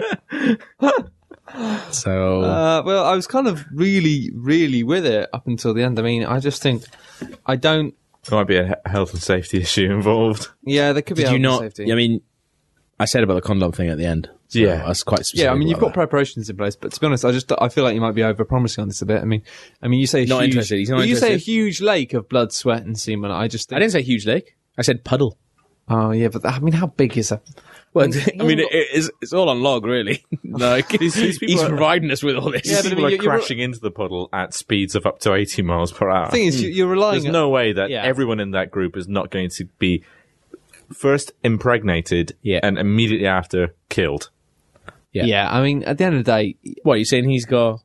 Speaker 1: so,
Speaker 2: Uh, well, I was kind of really, really with it up until the end. I mean, I just think I don't.
Speaker 4: There might be a he- health and safety issue involved.
Speaker 2: Yeah, there could be.
Speaker 1: did
Speaker 2: health
Speaker 1: you
Speaker 2: and
Speaker 1: not?
Speaker 2: Safety.
Speaker 1: I mean, I said about the condom thing at the end. So
Speaker 4: Yeah.
Speaker 1: I was quite specific.
Speaker 2: yeah, I mean, you've
Speaker 1: about
Speaker 2: got preparations in place, but to be honest, I just I feel like you might be over-promising on this a bit. I mean, I mean, you say a
Speaker 1: Not
Speaker 2: huge,
Speaker 1: interested. He's not
Speaker 2: you say a
Speaker 1: interested.
Speaker 2: huge lake of blood, sweat, and semen. I just
Speaker 1: that. I
Speaker 2: think,
Speaker 1: didn't say huge lake. I said puddle.
Speaker 2: oh yeah, but I mean, how big is that?
Speaker 1: Well, I mean, it, it's, it's all on log, really. like
Speaker 4: Mm. these people
Speaker 1: he's
Speaker 4: are-
Speaker 1: providing us with all this.
Speaker 2: Yeah, but I
Speaker 4: People
Speaker 2: mean,
Speaker 4: are
Speaker 2: you- you're-
Speaker 4: crashing into the puddle at speeds of up to eighty miles per hour.
Speaker 2: The thing is, you- you're relying.
Speaker 4: There's no way that
Speaker 2: Yeah.
Speaker 4: everyone in that group is not going to be first impregnated
Speaker 1: Yeah.
Speaker 4: and immediately after killed.
Speaker 1: Yeah.
Speaker 2: Yeah. I mean, at the end of the day,
Speaker 1: What are you saying? He's got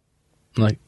Speaker 1: like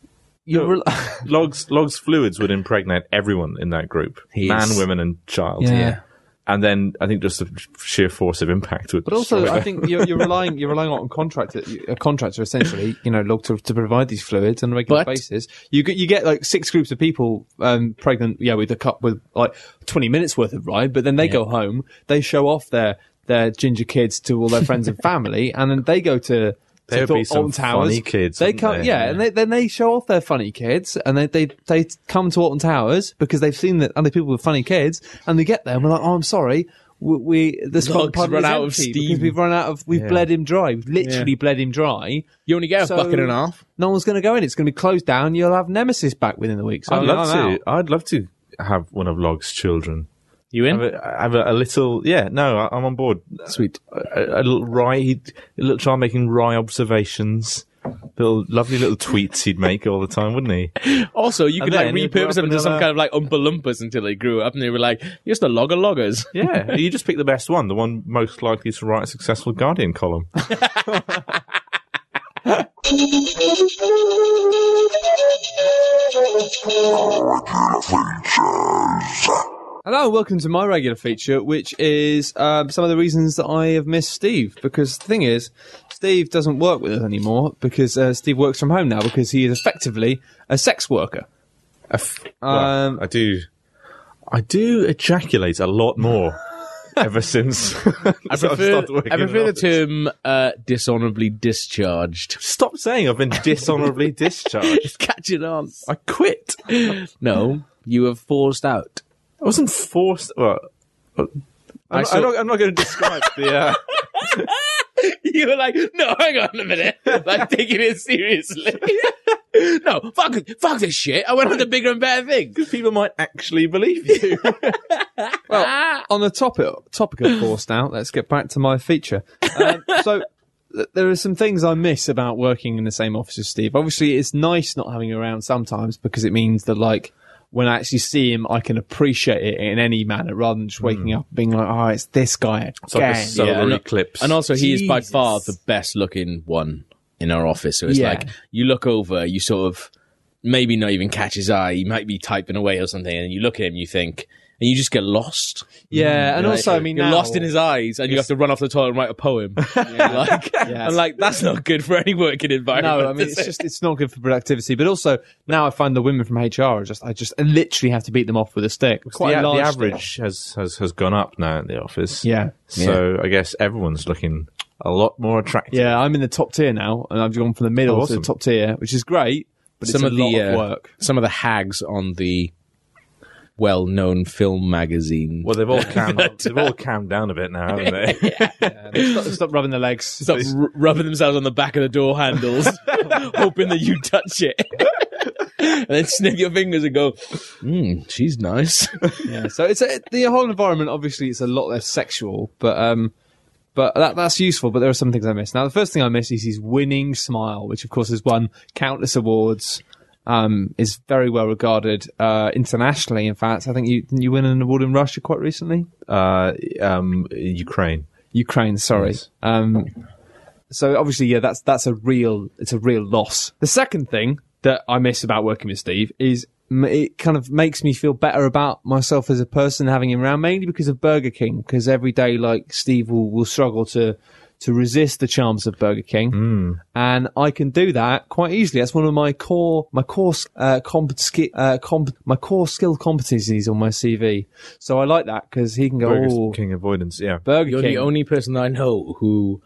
Speaker 2: you're.
Speaker 4: No.
Speaker 2: rel-
Speaker 4: Logs Logs fluids would impregnate everyone in that group,
Speaker 1: He
Speaker 4: man,
Speaker 1: is-
Speaker 4: women, and child.
Speaker 2: Yeah. Yeah.
Speaker 4: And then I think just the sheer force of impact would.
Speaker 2: But also, I think you're, you're relying you're relying on contract a contractor uh, essentially, you know, log to, to provide these fluids on a regular
Speaker 1: But-
Speaker 2: basis. You get you get like six groups of people um, pregnant, yeah, with a cup with like twenty minutes worth of ride, but then they go home, they show off their their ginger kids to all their friends and family, and then they go to.
Speaker 4: There
Speaker 2: to
Speaker 4: would
Speaker 2: Thor-
Speaker 4: be some
Speaker 2: Alton Towers.
Speaker 4: funny kids,
Speaker 2: They
Speaker 4: wouldn't
Speaker 2: come,
Speaker 4: there?
Speaker 2: yeah, and they, then they show off their funny kids, and they, they they come to Alton Towers because they've seen that other people with funny kids, and they get there and we're like, oh, I'm sorry, we, we this
Speaker 1: Dog's
Speaker 2: puddle
Speaker 1: run
Speaker 2: is
Speaker 1: out of
Speaker 2: empty
Speaker 1: steam.
Speaker 2: because we've run out of we've bled him dry. We've literally
Speaker 1: Yeah.
Speaker 2: bled him dry.
Speaker 1: you only get a
Speaker 2: So-
Speaker 1: bucket and a half.
Speaker 2: No one's going to go in. It's going to be closed down. You'll have Nemesis back within the week. So
Speaker 4: I'd
Speaker 2: I'm- I'm
Speaker 4: love to.
Speaker 2: out.
Speaker 4: I'd love to have one of Logs' children.
Speaker 1: You
Speaker 4: Have
Speaker 1: in?
Speaker 4: a, have a, a little, yeah. No, I, I'm on board.
Speaker 1: Sweet.
Speaker 4: a, a little wry, he'd, a little child making wry observations. Little lovely little tweets he'd make all the time, wouldn't he?
Speaker 1: Also, you could like
Speaker 4: then you grew
Speaker 1: repurpose
Speaker 4: up
Speaker 1: them into
Speaker 4: another-
Speaker 1: some kind of like Oompa Loompas until they grew up and they were like, "You're just a logger loggers."
Speaker 4: Yeah, you just pick the best one, the one most likely to write a successful Guardian column.
Speaker 2: Hello, and welcome to my regular feature, which is um, some of the reasons that I have missed Steve. Because the thing is, Steve doesn't work with us anymore because uh, Steve works from home now because he is effectively a sex worker. Um,
Speaker 4: I do, I do ejaculate a lot more ever since
Speaker 1: I
Speaker 4: I've
Speaker 1: prefer,
Speaker 4: stopped working
Speaker 1: I
Speaker 4: in
Speaker 1: prefer the
Speaker 4: office.
Speaker 1: term uh, "dishonorably discharged."
Speaker 4: Stop saying I've been dishonorably discharged.
Speaker 1: Catch it on.
Speaker 4: I quit. I
Speaker 1: No, you have forced out.
Speaker 4: wasn't forced. Well, I'm,
Speaker 1: I saw-
Speaker 4: I'm not, I'm not going to describe the. Uh,
Speaker 1: you were like, no, hang on a minute. Like taking it seriously. no, fuck, fuck this shit. I went on to bigger and better things.
Speaker 4: people might actually believe you.
Speaker 2: Well, on the topic topic of course now, let's get back to my feature. Um, so th- there are some things I miss about working in the same office as Steve. Obviously, it's nice not having you around sometimes because it means that like when I actually see him, I can appreciate it in any manner rather than just waking up and being like, "Oh, it's this guy."
Speaker 4: It's like a
Speaker 2: again."
Speaker 4: solar
Speaker 1: and-
Speaker 4: eclipse.
Speaker 1: And also, he is by
Speaker 2: Jesus.
Speaker 1: far the best looking one in our office. So it's
Speaker 2: Yeah.
Speaker 1: like you look over, you sort of maybe not even catch his eye. He might be typing away or something, and you look at him, you think, and you just get lost.
Speaker 2: yeah, and
Speaker 1: You're
Speaker 2: also,
Speaker 1: like-
Speaker 2: I mean,
Speaker 1: you're
Speaker 2: now-
Speaker 1: lost in his eyes, and you have to run off the toilet and write a poem. like, and like that's not good for any working environment.
Speaker 2: No, I mean
Speaker 1: is
Speaker 2: it's
Speaker 1: it?
Speaker 2: just it's not good for productivity. But also now I find the women from HR are just I just literally have to beat them off with a stick. Quite
Speaker 4: the,
Speaker 2: a
Speaker 4: the
Speaker 2: large stick.
Speaker 4: average has, has, has gone up now at the office.
Speaker 2: Yeah.
Speaker 4: So I guess everyone's looking a lot more attractive.
Speaker 2: Yeah, I'm in the top tier now, and I've gone from the middle
Speaker 4: Oh,
Speaker 2: to
Speaker 4: awesome.
Speaker 2: the top tier, which is great. But
Speaker 1: some
Speaker 2: it's a
Speaker 1: of the
Speaker 2: lot of
Speaker 1: uh,
Speaker 2: work.
Speaker 1: some of the hags on the well-known film magazine.
Speaker 4: Well, they've all calmed. they've all calmed down a bit now, haven't they?
Speaker 2: Stop, stop rubbing the legs.
Speaker 1: Stop r- rubbing themselves on the back of the door handles, hoping that you touch it, and then sniff your fingers and go, "Hmm, she's nice."
Speaker 2: Yeah, so it's a, the whole environment. Obviously, it's a lot less sexual, but um, but that that's useful. But there are some things I miss. Now, the first thing I miss is his winning smile, which of course has won countless awards. Um, is very well regarded uh, internationally. In fact, I think you didn't you win an award in Russia quite recently.
Speaker 4: uh, um, Ukraine.
Speaker 2: Ukraine, sorry. Um, so obviously, yeah, that's that's a real it's a real loss. The second thing that I miss about working with Steve is m- it kind of makes me feel better about myself as a person having him around, mainly because of Burger King. Because every day, like Steve will will struggle to to resist the charms of Burger King,
Speaker 1: Hmm.
Speaker 2: and I can do that quite easily. That's one of my core my core uh, comp, ski, uh, comp, my core skill competencies on my CV. So I like that because he can go
Speaker 4: Burger
Speaker 2: oh.
Speaker 4: King avoidance. Yeah.
Speaker 2: Burger
Speaker 1: You're
Speaker 2: King.
Speaker 1: the only person I know who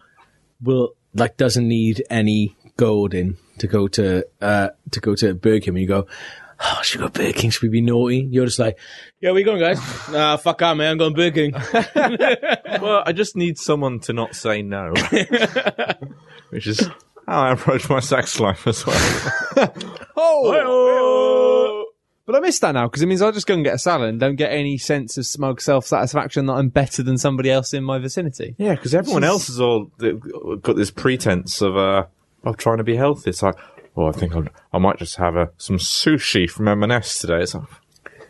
Speaker 1: will like doesn't need any golding to go to uh to go to Burger King. And you go, oh, should we go Burger King? Should we be naughty? You're just like, yeah, where you going, guys? nah, fuck out, man. I'm going Burger King.
Speaker 4: well, I just need someone to not say no, which is how I approach my sex life as well.
Speaker 2: Oh! But I miss that now because it means I just go and get a salad and don't get any sense of smug self satisfaction that I'm better than somebody else in my vicinity.
Speaker 4: Yeah, because everyone else has all they've got this pretense of uh, of trying to be healthy. It's like, oh, I think I'm, I might just have uh, some sushi from M&S today. It's like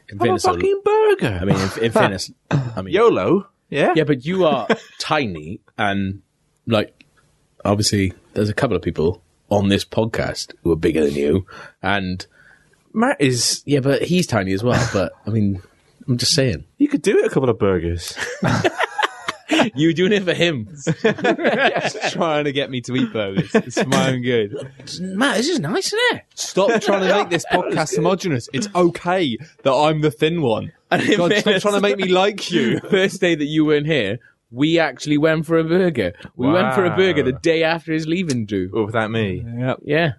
Speaker 1: In
Speaker 4: have a
Speaker 1: fairness, I-
Speaker 4: fucking burger.
Speaker 1: I mean, in, in fairness, I mean,
Speaker 4: YOLO. Yeah.
Speaker 1: yeah, but you are tiny and like obviously there's a couple of people on this podcast who are bigger than you, and
Speaker 4: Matt is.
Speaker 1: yeah, but he's tiny as well. But I mean, I'm just saying,
Speaker 4: You could do it a couple of burgers.
Speaker 1: you were doing it for him.
Speaker 2: trying to get me to eat burgers. It's my own good.
Speaker 1: Matt, this is nice, isn't it?
Speaker 2: Stop trying to make this podcast homogenous. It's okay that I'm the thin one.
Speaker 1: in
Speaker 2: God, stop
Speaker 1: fairness-
Speaker 2: trying to make me like you.
Speaker 1: First day that you weren't here, we actually went for a burger. We went for a
Speaker 4: Wow.
Speaker 1: burger the day after his leaving due.
Speaker 4: Well, without me,
Speaker 2: Yep.
Speaker 1: Yeah.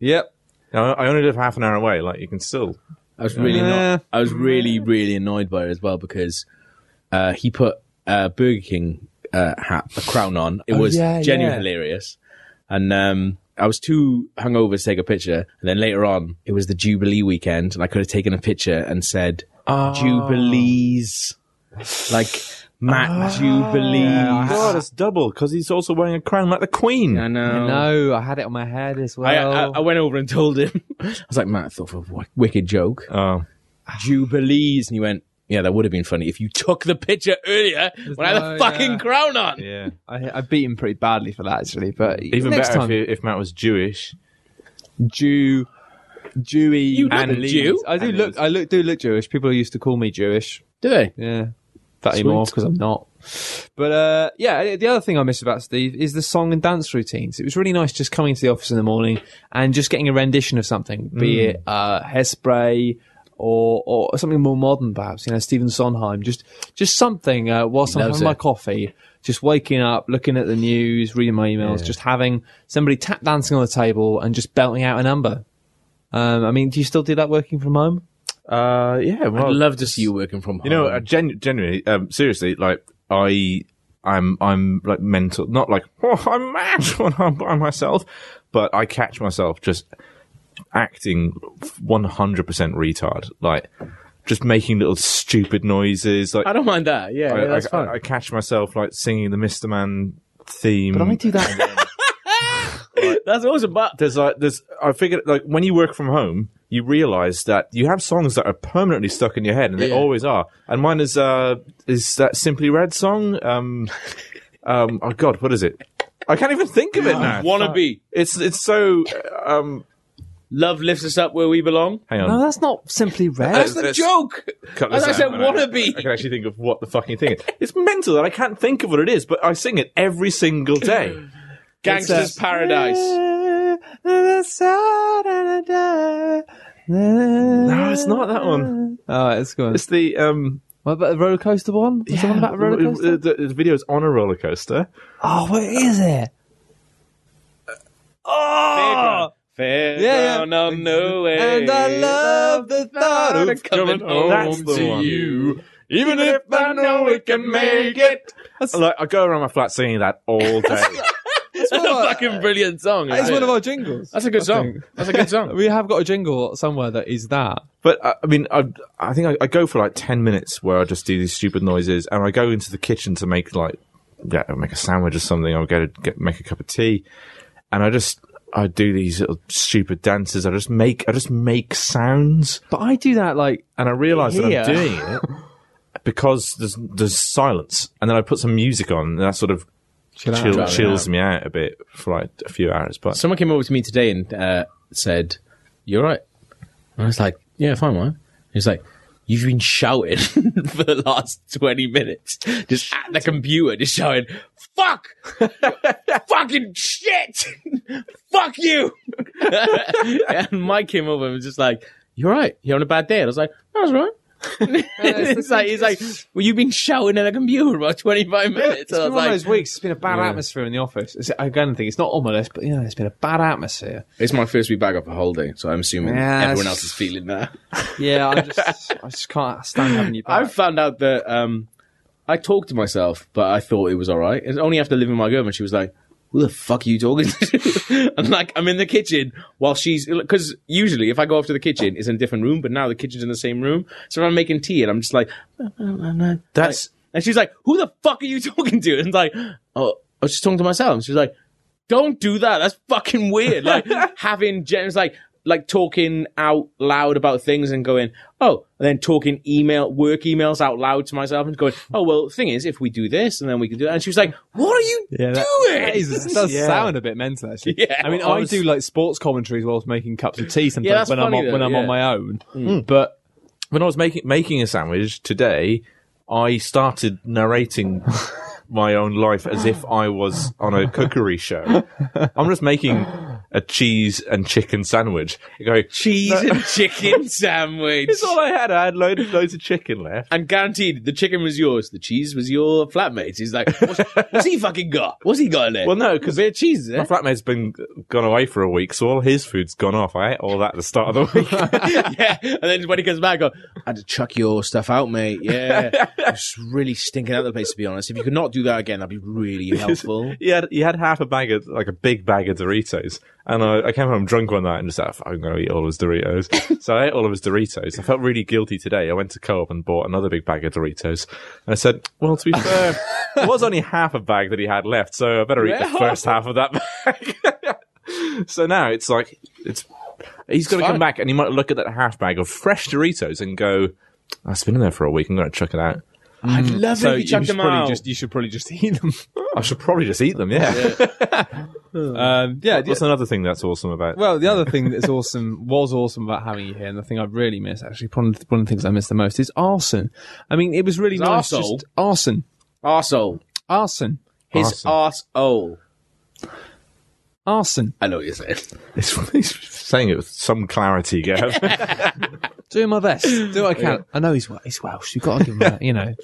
Speaker 2: Yep.
Speaker 4: Now, I only live half an hour away. Like you can still.
Speaker 1: I was really
Speaker 2: Yeah.
Speaker 1: not. I was really really annoyed by it as well because uh, he put a Burger King uh, hat, a crown on. It was
Speaker 2: yeah,
Speaker 1: genuinely
Speaker 2: yeah.
Speaker 1: hilarious, and um, I was too hungover to take a picture. And then later on, it was the Jubilee weekend, and I could have taken a picture and said Jubilees, like Matt Jubilees.
Speaker 4: God, it's double because he's also wearing a crown like the Queen.
Speaker 1: I know.
Speaker 2: No, I had it on my head as
Speaker 1: I,
Speaker 2: well.
Speaker 1: I, I went over and told him. I was like, Matt, I thought of a w- wicked joke.
Speaker 4: Oh,
Speaker 1: Jubilees. And he went, yeah, that would have been funny if you took the picture earlier when I had the
Speaker 2: no-
Speaker 1: fucking
Speaker 2: yeah.
Speaker 1: crown on.
Speaker 4: yeah.
Speaker 2: I, I beat him pretty badly for that actually, but
Speaker 4: Even
Speaker 2: next
Speaker 4: better
Speaker 2: time,
Speaker 4: if, you, if Matt was Jewish.
Speaker 2: Jew, Jewy.
Speaker 1: You look
Speaker 2: and
Speaker 1: a
Speaker 2: Lees.
Speaker 1: Jew.
Speaker 2: I do look. I look. Do look Jewish. People used to call me Jewish.
Speaker 1: Do they?
Speaker 2: Yeah, that anymore
Speaker 1: Sweet.
Speaker 2: because I'm not. But uh, yeah, the other thing I miss about Steve is the song and dance routines. It was really nice just coming to the office in the morning and just getting a rendition of something,
Speaker 1: Mm.
Speaker 2: be it uh, hairspray. Or, or something more modern, perhaps you know Stephen Sondheim. Just, just something. Uh, whilst I'm
Speaker 1: Loves
Speaker 2: having my
Speaker 1: it.
Speaker 2: coffee, just waking up, looking at the news, reading my emails, just having somebody tap dancing on the table and just belting out a number. Um, I mean, do you still do that working from home?
Speaker 4: Uh, yeah. Well,
Speaker 1: I'd love to see you working from home.
Speaker 4: You know, uh, genu- genuinely, um, seriously, like I I'm I'm like mental, not like oh I'm mad when I'm by myself, but I catch myself just acting 100% retard, like just making little stupid noises. Like
Speaker 1: I don't mind that. Yeah, yeah
Speaker 4: I,
Speaker 1: that's
Speaker 4: I,
Speaker 1: fine.
Speaker 4: I catch myself like singing the Mister Man theme.
Speaker 2: But I do that.
Speaker 1: that's awesome. But
Speaker 4: there's like there's I figured like when you work from home, you realise that you have songs that are permanently stuck in your head, and they
Speaker 1: Yeah.
Speaker 4: always are. And mine is uh is that Simply Red song. Um, um, oh God, what is it? I can't even think of it now.
Speaker 1: wannabe,
Speaker 4: It's it's so um.
Speaker 1: love lifts us up where we belong.
Speaker 4: Hang
Speaker 2: no,
Speaker 4: on.
Speaker 2: that's not simply red.
Speaker 1: Um, That's the
Speaker 4: that's-
Speaker 1: joke.
Speaker 4: Cut
Speaker 1: As
Speaker 4: this
Speaker 1: I said,
Speaker 4: out. Hang on.
Speaker 1: wannabe.
Speaker 4: I can actually think of what the fucking thing is. It's mental that I can't think of what it is, but I sing it every single day.
Speaker 1: Gangsters Paradise.
Speaker 2: No,
Speaker 4: No, it's not that one.
Speaker 2: Oh, it's good.
Speaker 4: It's the um.
Speaker 2: what about the roller coaster one? Is the one about a roller coaster?
Speaker 4: The, the, the video is on a roller coaster.
Speaker 1: uh,
Speaker 2: oh, what is it?
Speaker 1: Fairground. Fairground
Speaker 2: Yeah,
Speaker 1: on the way.
Speaker 2: And I love the thought of
Speaker 1: coming home
Speaker 4: That's the
Speaker 1: to
Speaker 4: one.
Speaker 1: you. Even if I know it can make it.
Speaker 4: Like I go around my flat singing that all day.
Speaker 2: It's one
Speaker 1: What
Speaker 2: of
Speaker 1: a
Speaker 2: our-
Speaker 1: fucking brilliant song. isn't
Speaker 2: it's one
Speaker 1: it?
Speaker 2: of our jingles.
Speaker 1: That's a good song.
Speaker 2: think.
Speaker 1: That's a good song.
Speaker 2: We have got a jingle somewhere that is that.
Speaker 4: but uh, I, I mean, I, I think I, I go for like ten minutes where I just do these stupid noises, and I go into the kitchen to make like yeah, make a sandwich or something. I'll get, a, get make a cup of tea, and I just I do these little stupid dances. I just make I just make sounds,
Speaker 2: But I do that like
Speaker 4: and I realise that
Speaker 2: Here.
Speaker 4: I'm doing it because there's there's silence, and then I put some music on, and that sort of
Speaker 2: chill out.
Speaker 4: chill,
Speaker 1: Drowning
Speaker 4: chills
Speaker 1: out.
Speaker 4: me out a bit for like a few hours. But
Speaker 1: Someone came over to me today and uh, said, "You're right." And I was like, "Yeah, fine, man." He's like, "You've been shouting for the last twenty minutes, just at the computer, just shouting, fuck, fucking shit, fuck you." and Mike came over and was just like, "You're right. You're on a bad day." And I was like, "I was right."
Speaker 2: Oh,
Speaker 1: it's like he's like, well, you've been shouting at a computer for about twenty five minutes.
Speaker 2: It's
Speaker 1: And I
Speaker 2: been
Speaker 1: was
Speaker 2: one of
Speaker 1: like,
Speaker 2: those weeks. It's been a bad atmosphere in the office. It's, again, I think it's not on my list, but you know, it's been a bad atmosphere.
Speaker 1: It's my first week back up a holiday, so I'm assuming
Speaker 2: Yes.
Speaker 1: everyone else is feeling that.
Speaker 2: Yeah, I just, I just can't stand having you back.
Speaker 1: I've found out that um, I talked to myself, but I thought it was all right. It's only after living with my girlfriend, she was like, "Who the fuck are you talking to?" and like, I'm in the kitchen while she's because usually if I go off to the kitchen, it's in a different room, but now the kitchen's in the same room. So I'm making tea, and I'm just like,
Speaker 4: that's
Speaker 1: and she's like, "Who the fuck are you talking to?" And it's like, "Oh, I was just talking to myself." And she's like, "Don't do that. That's fucking weird." Like having James like like talking out loud about things and going, "Oh," and then talking email work emails out loud to myself and going, "Oh well, the thing is, if we do this and then we can do that." And she was like, "What are you
Speaker 2: Yeah, that,
Speaker 1: doing?"
Speaker 2: that is, that does
Speaker 4: Yeah.
Speaker 2: sound a bit mental, actually.
Speaker 1: Yeah.
Speaker 2: I mean,
Speaker 1: Well, I
Speaker 2: I,
Speaker 1: was-
Speaker 2: do like sports commentaries whilst making cups of tea sometimes
Speaker 1: Yeah, that's
Speaker 2: when I'm
Speaker 1: funny
Speaker 2: on,
Speaker 1: though,
Speaker 2: when I'm
Speaker 1: yeah.
Speaker 2: on my own. But
Speaker 4: when I was making making a sandwich today, I started narrating my own life as if I was on a cookery show. I'm just making a cheese and chicken sandwich. I go,
Speaker 1: Cheese and chicken sandwich.
Speaker 4: it's all I had. I had loads, loads of chicken left.
Speaker 1: And guaranteed, the chicken was yours. The cheese was your flatmate's. He's like, what's, what's he fucking got? What's he got in there?
Speaker 4: Well, no, because
Speaker 1: bit of cheese. eh?
Speaker 4: my flatmate's been gone away for a week, so all his food's gone off. I ate all that at the start of the week.
Speaker 1: yeah. And then when he comes back, I go, I had to chuck your stuff out, mate. Yeah. It's really stinking out the place, to be honest. If you could not do that again, that'd be really helpful.
Speaker 4: he had he had half a bag of like a big bag of Doritos, and I, I came home drunk one night and just said, "Oh, "I'm going to eat all of his Doritos." so I ate all of his Doritos. I felt really guilty today. I went to Co-op and bought another big bag of Doritos, and I said, "Well, to be fair, it was only half a bag that he had left, so I better eat the
Speaker 1: Well.
Speaker 4: first half of that bag." so now it's like it's he's going to come
Speaker 1: fine.
Speaker 4: back and he might look at that half bag of fresh Doritos and go, "That's been in there for a week. I'm going to chuck it out."
Speaker 1: I'd love
Speaker 2: so
Speaker 1: it if
Speaker 2: you,
Speaker 1: you chucked
Speaker 2: should
Speaker 1: them
Speaker 2: probably
Speaker 1: out.
Speaker 2: just you should probably just eat them.
Speaker 4: I should probably just eat them. Yeah.
Speaker 2: um, yeah,
Speaker 4: What's another thing that's awesome about?
Speaker 2: Well, the other thing that's awesome was awesome about having you here, and the thing I really miss actually, one of the, one of the things I miss the most is arson. I mean, it was really
Speaker 1: It's
Speaker 2: nice.
Speaker 1: arsehole?
Speaker 2: Just arson,
Speaker 1: Arsehole.
Speaker 2: arson,
Speaker 1: His arsehole.
Speaker 2: arson.
Speaker 1: I know what you're saying.
Speaker 4: It's, he's saying it with some clarity, Gav.
Speaker 2: Doing my best, do what I can. I know he's Wel- he's Welsh. You've got to give him that. You know,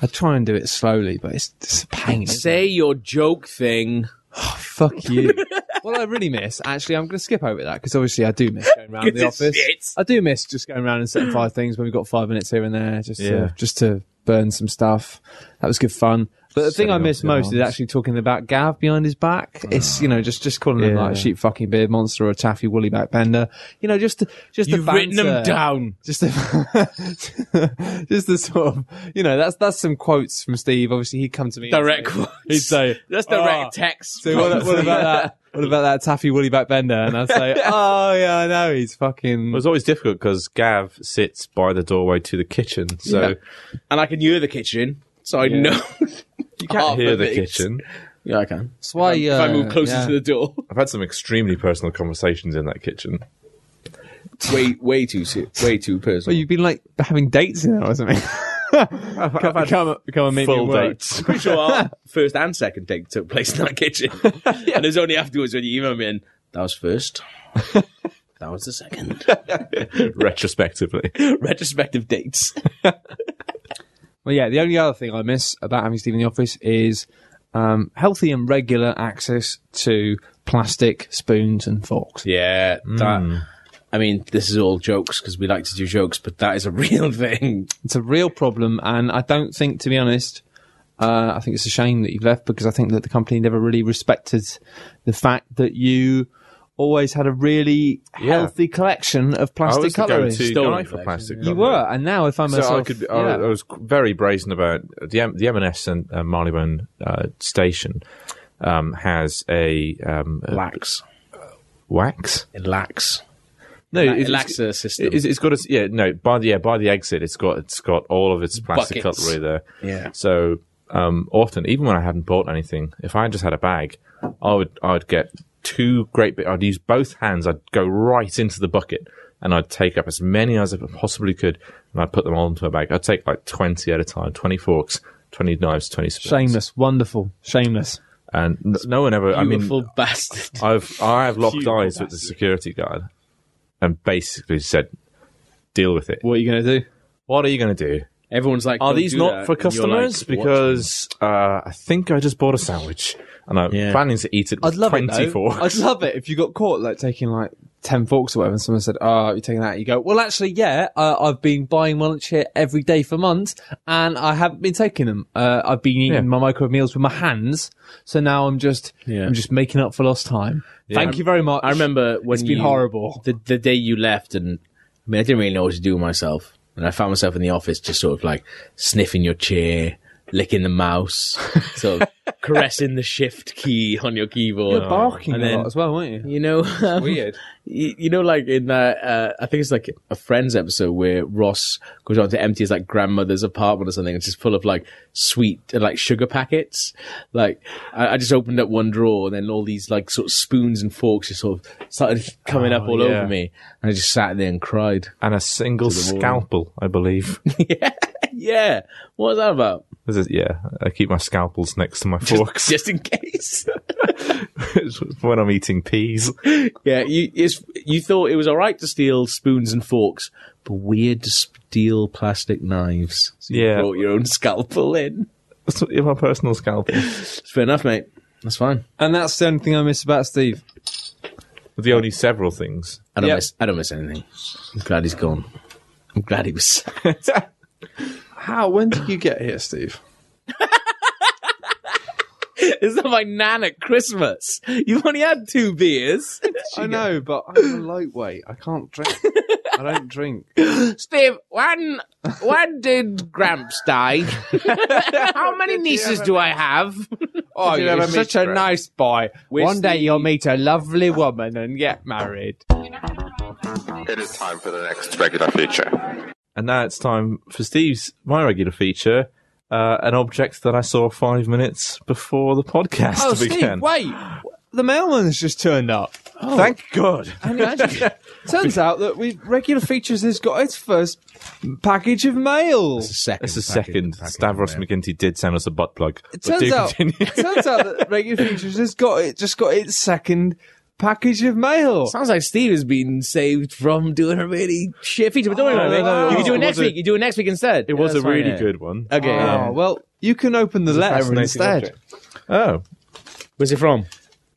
Speaker 2: I try and do it slowly, but it's, it's a pain. isn't it?
Speaker 1: Say your joke thing.
Speaker 2: Fuck you. what I really miss, actually, I'm going to skip over that because obviously I do miss going around the
Speaker 1: Good
Speaker 2: office.
Speaker 1: shit.
Speaker 2: I do miss just going around and setting five things when we've got five minutes here and there, just
Speaker 4: Yeah.
Speaker 2: to, just to burn some stuff. That was good fun. But the thing I
Speaker 4: Setting
Speaker 2: miss
Speaker 4: up the
Speaker 2: most is
Speaker 4: alarms.
Speaker 2: actually talking about Gav behind his back. It's you know just just calling him
Speaker 4: Yeah.
Speaker 2: like sheep fucking beard monster or a taffy woolly back bender. You know just the- just
Speaker 1: You've
Speaker 2: the
Speaker 1: written them
Speaker 2: banter.
Speaker 1: down.
Speaker 2: Just the, just the sort of you know that's that's some quotes from Steve. Obviously he'd come to me and
Speaker 1: Direct
Speaker 2: say-
Speaker 1: quotes.
Speaker 2: He'd say
Speaker 1: That's direct
Speaker 2: "Ah,
Speaker 1: text.
Speaker 2: so what, what about that? What about that taffy woolly back bender? And I say, oh yeah, I know he's fucking.
Speaker 4: It was always difficult because Gav sits by the doorway to the kitchen, so
Speaker 1: And I can hear the kitchen, so I know. you
Speaker 4: I hear the kitchen.
Speaker 1: Yeah, I can.
Speaker 2: That's why uh,
Speaker 1: if I move closer
Speaker 2: yeah.
Speaker 1: to the door,
Speaker 4: I've had some extremely personal conversations in that kitchen.
Speaker 1: way, way too, se- way too personal.
Speaker 2: Well, you've been like having dates in there or something. come, come, come and meet me
Speaker 4: full
Speaker 2: at work.
Speaker 4: dates.
Speaker 1: I'm pretty sure our first and second date took place in that kitchen. And it was only afterwards when you emailed me and that was first. that was the second.
Speaker 4: retrospectively.
Speaker 1: Retrospective dates.
Speaker 2: Well, yeah. The only other thing I miss about having Steve in the office is um, healthy and regular access to plastic spoons and forks.
Speaker 1: Yeah,
Speaker 4: Hmm.
Speaker 1: that. I mean, this is all jokes because we like to do jokes, but that is a real thing.
Speaker 2: It's a real problem, and I don't think, to be honest, uh, I think it's a shame that you've left because I think that the company never really respected the fact that you always had a really healthy collection of
Speaker 4: I
Speaker 2: plastic
Speaker 4: was the
Speaker 2: cutlery.
Speaker 4: go-to
Speaker 1: Stolen
Speaker 4: guy for
Speaker 1: collection,
Speaker 4: plastic.
Speaker 2: You
Speaker 4: cutlery.
Speaker 2: were, and now if I'm
Speaker 4: So
Speaker 2: myself,
Speaker 4: I could. Be,
Speaker 2: yeah.
Speaker 4: I, I was very brazen about the M- the M&S and uh, Marylebone uh, station um, has a um, uh,
Speaker 1: Lacks.
Speaker 4: wax.
Speaker 1: It lacks.
Speaker 4: No,
Speaker 1: It,
Speaker 4: it's-
Speaker 1: lacks a system.
Speaker 4: It's, it's got its yeah no by the yeah by the exit it's got it's got all of its plastic
Speaker 1: Buckets.
Speaker 4: cutlery there
Speaker 1: Yeah.
Speaker 4: so um often even when I hadn't bought anything if I just had a bag I would I'd get two great big I'd use both hands I'd go right into the bucket and I'd take up as many as I possibly could and I'd put them all into a bag I'd take like twenty at a time twenty forks twenty knives twenty spoons
Speaker 2: shameless, wonderful, shameless.
Speaker 4: and n- no one ever I mean
Speaker 1: Beautiful bastard.
Speaker 4: I've I have locked
Speaker 1: Beautiful
Speaker 4: eyes with the security guard and basically said deal with it
Speaker 2: What are you going to do?
Speaker 4: what are you going to do?
Speaker 1: Everyone's like,
Speaker 4: Are
Speaker 1: "Don't
Speaker 4: these
Speaker 1: do that,"
Speaker 4: not for
Speaker 1: and you're
Speaker 4: customers?
Speaker 1: like,
Speaker 4: because uh, I think I just bought a sandwich and I'm
Speaker 1: Yeah.
Speaker 4: planning to eat it.
Speaker 2: I'd
Speaker 4: With
Speaker 2: love it.
Speaker 4: 24.
Speaker 2: Though. I'd love it if you got caught like taking like ten forks or whatever, and someone said, "Oh, you're taking that." You go, "Well, actually, yeah, uh, I've been buying my lunch here every day for months, and I haven't been taking them. Uh, I've been eating
Speaker 4: Yeah.
Speaker 2: my microwave meals with my hands, so now I'm just,
Speaker 1: Yeah.
Speaker 2: I'm just making up for lost time. Thank you very much.
Speaker 1: I remember when
Speaker 2: it's been
Speaker 1: you-
Speaker 2: horrible.
Speaker 1: The, the day you left, and I mean, I didn't really know what to do with myself, and I found myself in the office, just sort of like sniffing your chair, licking the mouse, sort of caressing the shift key on your keyboard,
Speaker 2: You're barking
Speaker 1: Oh, and
Speaker 2: a
Speaker 1: then
Speaker 2: lot as well, weren't you?
Speaker 1: you know, um,
Speaker 2: Weird.
Speaker 1: You, you know, like in that, uh, I think it's like a Friends episode where Ross goes on to empty his like grandmother's apartment or something. It's just full of like sweet and like sugar packets. Like I, I just opened up one drawer and then all these like sort of spoons and forks just sort of started coming up
Speaker 4: Oh,
Speaker 1: all
Speaker 4: yeah.
Speaker 1: over me, and I just sat there and cried.
Speaker 4: and a single scalpel, I believe.
Speaker 1: Yeah, what was that about?
Speaker 4: This is- yeah, I keep my scalpels next to my forks
Speaker 1: Just in case.
Speaker 4: when I'm eating peas.
Speaker 1: yeah, you it's, you thought it was all right to steal spoons and forks, but weird to steal plastic knives. So you
Speaker 4: Yeah.
Speaker 1: brought your own scalpel in.
Speaker 4: That's what- my personal scalpel.
Speaker 1: Fair enough, mate. That's fine.
Speaker 2: And that's the only thing I miss about Steve.
Speaker 4: The only several things.
Speaker 1: I don't
Speaker 2: Yep.
Speaker 1: miss. I don't miss anything. I'm glad he's gone. I'm glad he was.
Speaker 2: How? When did you get here, Steve?
Speaker 1: it's not my nan at Christmas. You've only had two beers.
Speaker 2: I know, but I'm a lightweight. I can't drink. I don't drink.
Speaker 1: Steve, when when did Gramps die? How many nieces do I have?
Speaker 2: Oh,
Speaker 1: you ever meet Brett?
Speaker 2: nice boy.
Speaker 1: Where's the-
Speaker 2: meet a lovely woman and get married.
Speaker 7: It is time for the next regular feature.
Speaker 4: And now it's time for Steve's my regular feature. Uh, an object that I saw five minutes before the podcast
Speaker 2: Oh,
Speaker 4: began.
Speaker 2: Steve, wait. The mailman's just turned up.
Speaker 4: Thank God.
Speaker 2: Turns out that we regular features has got its first package of mail.
Speaker 1: Second.
Speaker 4: It's a second. Stavros McGinty did send us a butt plug.
Speaker 2: It
Speaker 4: But
Speaker 2: turns
Speaker 4: do
Speaker 2: out,
Speaker 4: continue.
Speaker 2: it turns out that regular features has got it just got its second package of mail.
Speaker 1: Sounds like Steve has been saved from doing a really shit feature. But don't worry about it.
Speaker 2: no, no,
Speaker 1: you can do Oh, it
Speaker 4: no.
Speaker 1: next
Speaker 4: It was a-
Speaker 1: week. You do it next week instead.
Speaker 4: It was a really good one.
Speaker 1: Okay.
Speaker 2: Oh, well, you can open the letter
Speaker 4: fascinating
Speaker 2: instead.
Speaker 4: object. Oh,
Speaker 1: Where's it from?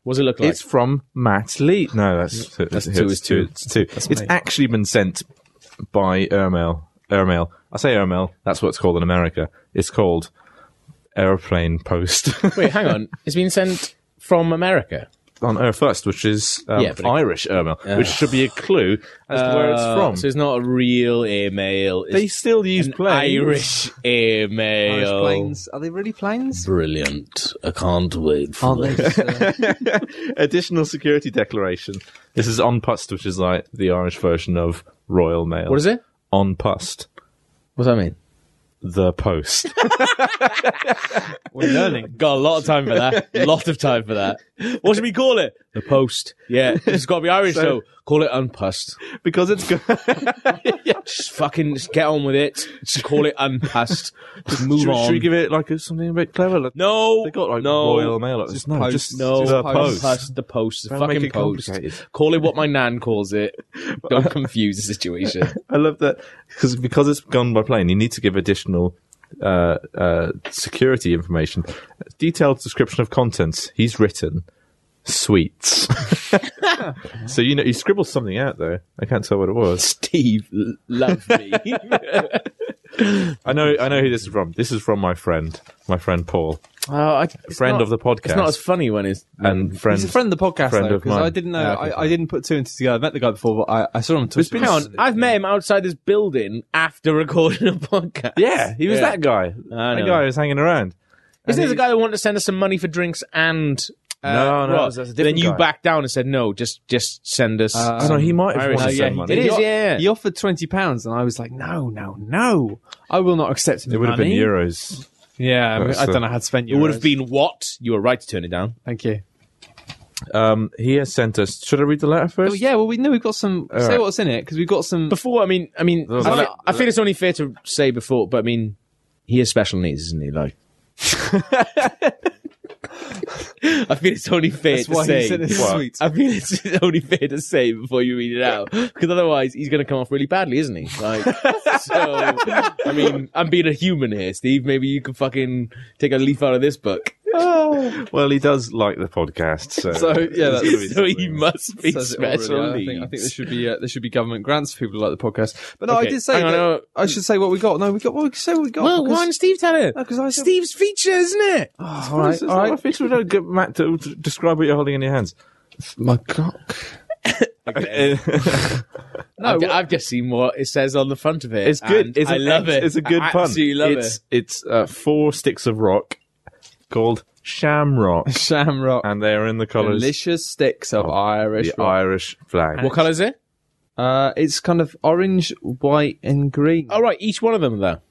Speaker 1: What's it look like?
Speaker 4: it's from Matt Lee. No, that's, that's
Speaker 1: two,
Speaker 4: It's
Speaker 1: it's two.
Speaker 4: It's, two. it's actually been sent by Ermail. Ermail I say OML. That's what it's called in America. It's called Airplane Post
Speaker 1: Wait, hang on. It's been sent from America.
Speaker 4: on Air First, which is um,
Speaker 1: Yeah, but it-
Speaker 4: Irish OML, which should be a clue as to where it's
Speaker 1: Uh,
Speaker 4: from.
Speaker 1: So it's not a real email. It's
Speaker 4: they still use
Speaker 1: an
Speaker 4: planes.
Speaker 1: Irish email.
Speaker 2: Irish planes. Are they really planes?
Speaker 1: Brilliant. I can't wait for
Speaker 2: Aren't they? just, uh,
Speaker 4: additional security declaration. This is on pust, which is like the Irish version of Royal Mail.
Speaker 1: What is it?
Speaker 4: On pust,
Speaker 1: What's that mean?
Speaker 4: the post.
Speaker 2: we're learning.
Speaker 1: Got a lot of time for that. A lot of time for that. What should we call it? The post. Yeah, it's got to be Irish, so, call it unpust.
Speaker 4: because it's go-
Speaker 1: Just fucking just get on with it. Just call it unpust. Just move
Speaker 4: should,
Speaker 1: on.
Speaker 4: should we give it like a, something a bit clever? Like,
Speaker 1: no,
Speaker 4: they got like
Speaker 1: no,
Speaker 4: Royal Mail. Like,
Speaker 2: Just
Speaker 4: no,
Speaker 2: post.
Speaker 4: just
Speaker 1: no,
Speaker 4: the
Speaker 1: unpust,
Speaker 4: post.
Speaker 1: the post, the
Speaker 4: Don't make
Speaker 1: fucking
Speaker 4: it
Speaker 1: post.
Speaker 4: complicated.
Speaker 1: Call it what my nan calls it. Don't confuse the situation.
Speaker 4: I love that because because it's gone by plane. You need to give additional uh, uh, security information, detailed description of contents. He's written sweets, so you know you scribbled something out there. I can't tell what it was.
Speaker 1: Steve, l- love me.
Speaker 4: I know, I know who this is from. This is from my friend, my friend Paul,
Speaker 1: oh, I,
Speaker 4: friend of the podcast,
Speaker 1: It's not as funny when it's
Speaker 4: and friend.
Speaker 2: He's a friend of the podcast,
Speaker 4: Friend
Speaker 2: though,
Speaker 4: of
Speaker 2: because
Speaker 4: mine.
Speaker 2: I didn't know.
Speaker 1: Yeah, okay,
Speaker 2: I, I didn't put two and two together. I met the guy before, but I, I saw him on Twitter.
Speaker 1: Hang on, I've met him outside this building after recording a podcast.
Speaker 4: yeah, he was
Speaker 1: Yeah.
Speaker 4: that guy.
Speaker 1: I
Speaker 4: That
Speaker 1: know.
Speaker 4: guy was hanging around.
Speaker 1: Isn't there the guy who wanted to send us some money for drinks and uh,
Speaker 4: No, no,
Speaker 1: Rob?
Speaker 4: that's- that's a different
Speaker 1: Then you
Speaker 4: guy.
Speaker 1: backed down and said no, just just send us.
Speaker 2: Uh,
Speaker 4: I don't know. He might have
Speaker 1: Irish- No,
Speaker 4: wanted to
Speaker 1: yeah,
Speaker 4: send
Speaker 1: he
Speaker 4: money.
Speaker 1: did. It is,
Speaker 2: He o-
Speaker 1: yeah.
Speaker 2: He offered twenty pounds, and I was like, "No, no, no! I will not accept
Speaker 4: It would have been
Speaker 2: money."
Speaker 4: euros.
Speaker 2: Yeah, I, mean,
Speaker 4: That's
Speaker 2: I
Speaker 4: the-
Speaker 2: don't know how to spend euros.
Speaker 1: it would have been what you were right to turn it down.
Speaker 2: Thank you.
Speaker 4: Um, he has sent us. Should I read the letter first?
Speaker 1: Oh,
Speaker 2: Well, yeah, well, we know we've got some. say
Speaker 4: right.
Speaker 2: what's in it because we've got some.
Speaker 1: Before, I mean, I mean, I,
Speaker 4: was like-
Speaker 1: feel- I feel it's only fair to say before, but I mean, he has special needs, isn't he? Like, I feel it's only fair
Speaker 2: That's
Speaker 1: to
Speaker 2: why
Speaker 1: say.
Speaker 2: he said it's
Speaker 4: What?
Speaker 2: sweet.
Speaker 1: I feel it's only fair to say before you read it out, because otherwise he's going to come off really badly, isn't he? Like, so I mean, I'm being a human here, Steve. Maybe you could fucking take a leaf out of this book. Oh.
Speaker 4: Well, he does like the podcast, so,
Speaker 2: So yeah, that's,
Speaker 1: so he must be
Speaker 2: says it all, really.
Speaker 1: special
Speaker 2: I, think, I
Speaker 1: needs.
Speaker 2: think there should be uh, there should be government grants for people who like the podcast. But no,
Speaker 1: Okay,
Speaker 2: I did say
Speaker 1: hang on,
Speaker 2: that-
Speaker 1: no.
Speaker 2: I should say what we got. No, we got what we say. What we got.
Speaker 1: well,
Speaker 2: because-
Speaker 1: why didn't Steve tell it?
Speaker 2: No, 'cause I said-
Speaker 1: Steve's feature, isn't it?
Speaker 2: Oh, all right, all right.
Speaker 4: feature. Don't get Matt to to describe what you're holding in your hands.
Speaker 2: My cock.
Speaker 1: I've, ju- I've just seen what it says on the front of it.
Speaker 4: It's good.
Speaker 1: and
Speaker 4: It's
Speaker 1: I
Speaker 4: an
Speaker 1: love
Speaker 4: ex-
Speaker 1: it.
Speaker 4: It's a good
Speaker 1: I
Speaker 4: pun.
Speaker 1: Absolutely love
Speaker 4: it's,
Speaker 1: it.
Speaker 4: It's uh, four sticks of rock called shamrock,
Speaker 2: Shamrock.
Speaker 4: and they are in the colours
Speaker 2: Delicious sticks
Speaker 1: Oh,
Speaker 2: of Irish.
Speaker 4: the
Speaker 2: rock.
Speaker 4: Irish flag.
Speaker 1: What colour is it?
Speaker 2: Uh, it's kind of orange, white, and green.
Speaker 1: Oh, right, each one of them though,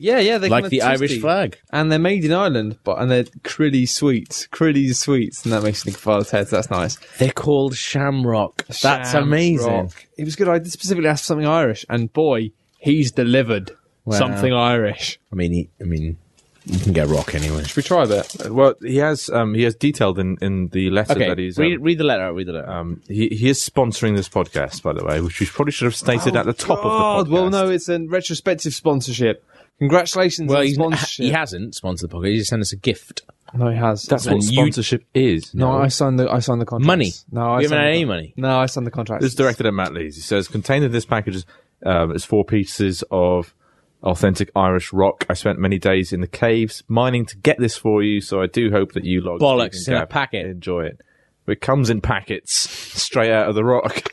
Speaker 2: yeah, yeah. They're
Speaker 1: like
Speaker 2: kind of
Speaker 1: the Irish
Speaker 2: twisty.
Speaker 1: flag.
Speaker 2: and they're made in Ireland, but and they're crilly sweets, crilly sweets, and that makes me think of Father's Heads. That's nice.
Speaker 1: They're called Shamrock. That's amazing.
Speaker 2: Shamrock. It was good. I specifically asked for something Irish, and boy, he's delivered something Irish.
Speaker 1: I mean, he, I mean, you can get rock anyway.
Speaker 2: Should we try that?
Speaker 4: Well, he has um, he has detailed in, in the letter
Speaker 1: Okay,
Speaker 4: that he's um,
Speaker 1: read, read the letter. out, Read the letter. out.
Speaker 4: um, he he is sponsoring this podcast, by the way, which we probably should have stated
Speaker 1: Oh,
Speaker 4: at the top
Speaker 2: God,
Speaker 4: of the podcast.
Speaker 2: well, no, it's a retrospective sponsorship. Congratulations
Speaker 1: well,
Speaker 2: on
Speaker 1: he's,
Speaker 2: sponsorship.
Speaker 1: he hasn't sponsored the podcast. He just sent us a gift.
Speaker 2: no, he has.
Speaker 4: that's
Speaker 1: And
Speaker 4: what
Speaker 1: you-
Speaker 4: sponsorship is.
Speaker 2: no, I signed the I signed the contract.
Speaker 1: Money.
Speaker 2: No, I
Speaker 1: We haven't
Speaker 2: signed
Speaker 1: had
Speaker 2: the-
Speaker 1: any money.
Speaker 2: No, I signed the contract.
Speaker 4: This is directed at Matt Lees. He says, contained in this package is, um, is four pieces of authentic Irish rock. I spent many days in the caves mining to get this for you, so I do hope that you log
Speaker 1: Bollocks,
Speaker 4: Stephen
Speaker 1: it's in a
Speaker 4: Gav,
Speaker 1: packet.
Speaker 4: Enjoy it. It comes in packets straight out of the rock.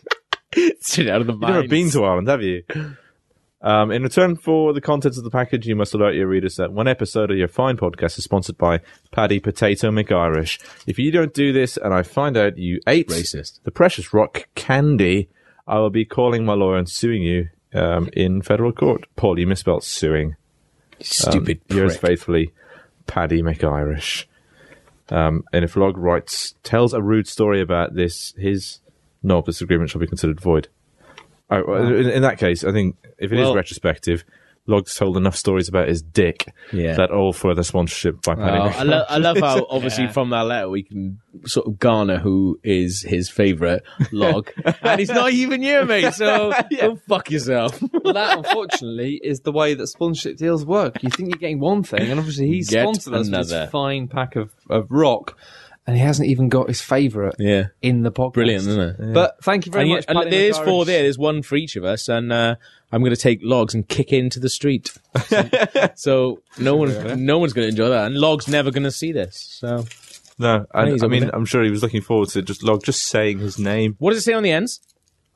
Speaker 1: Straight out of the
Speaker 4: You've never been to Ireland, have you? Um, in return for the contents of the package, you must alert your readers that one episode of your fine podcast is sponsored by Paddy Potato McIrish. If you don't do this and I find out you ate
Speaker 1: Racist.
Speaker 4: the precious rock candy, I will be calling my lawyer and suing you um, in federal court. Paul, you misspelled suing.
Speaker 1: Stupid
Speaker 4: Yours
Speaker 1: prick.
Speaker 4: faithfully, Paddy McIrish. Um, and if Log writes, tells a rude story about this, his no, this agreement shall be considered void. Oh, well, in, in that case, I think if it is
Speaker 1: Well-
Speaker 4: retrospective, Log's told enough stories about his dick
Speaker 1: Yeah.
Speaker 4: that all further sponsorship by Paddy
Speaker 1: Oh,
Speaker 4: McIrish.
Speaker 1: I, lo- I love how obviously from that letter we can sort of garner who is his favourite log, and he's not even you, mate. So go fuck yourself.
Speaker 2: Well, that unfortunately is the way that sponsorship deals work. You think you're getting one thing, and obviously he's
Speaker 1: Get
Speaker 2: sponsored us with
Speaker 1: another.
Speaker 2: this fine pack of, of rock. and he hasn't even got his favourite
Speaker 1: Yeah.
Speaker 2: in the podcast.
Speaker 1: Brillight, isn't it?
Speaker 2: But thank you very
Speaker 1: And
Speaker 2: much.
Speaker 1: yet- and
Speaker 2: Paddy
Speaker 1: there is
Speaker 2: McGarrish.
Speaker 1: four there. There's one for each of us, and uh, I'm going to take logs and kick into the street. So, so no one, no one's going to enjoy that, and logs never going to see this. So,
Speaker 4: No, I,
Speaker 1: he's
Speaker 4: I
Speaker 1: up with
Speaker 4: mean,
Speaker 1: it.
Speaker 4: I'm sure he was looking forward to just log, just saying his name.
Speaker 1: what does it say on the ends?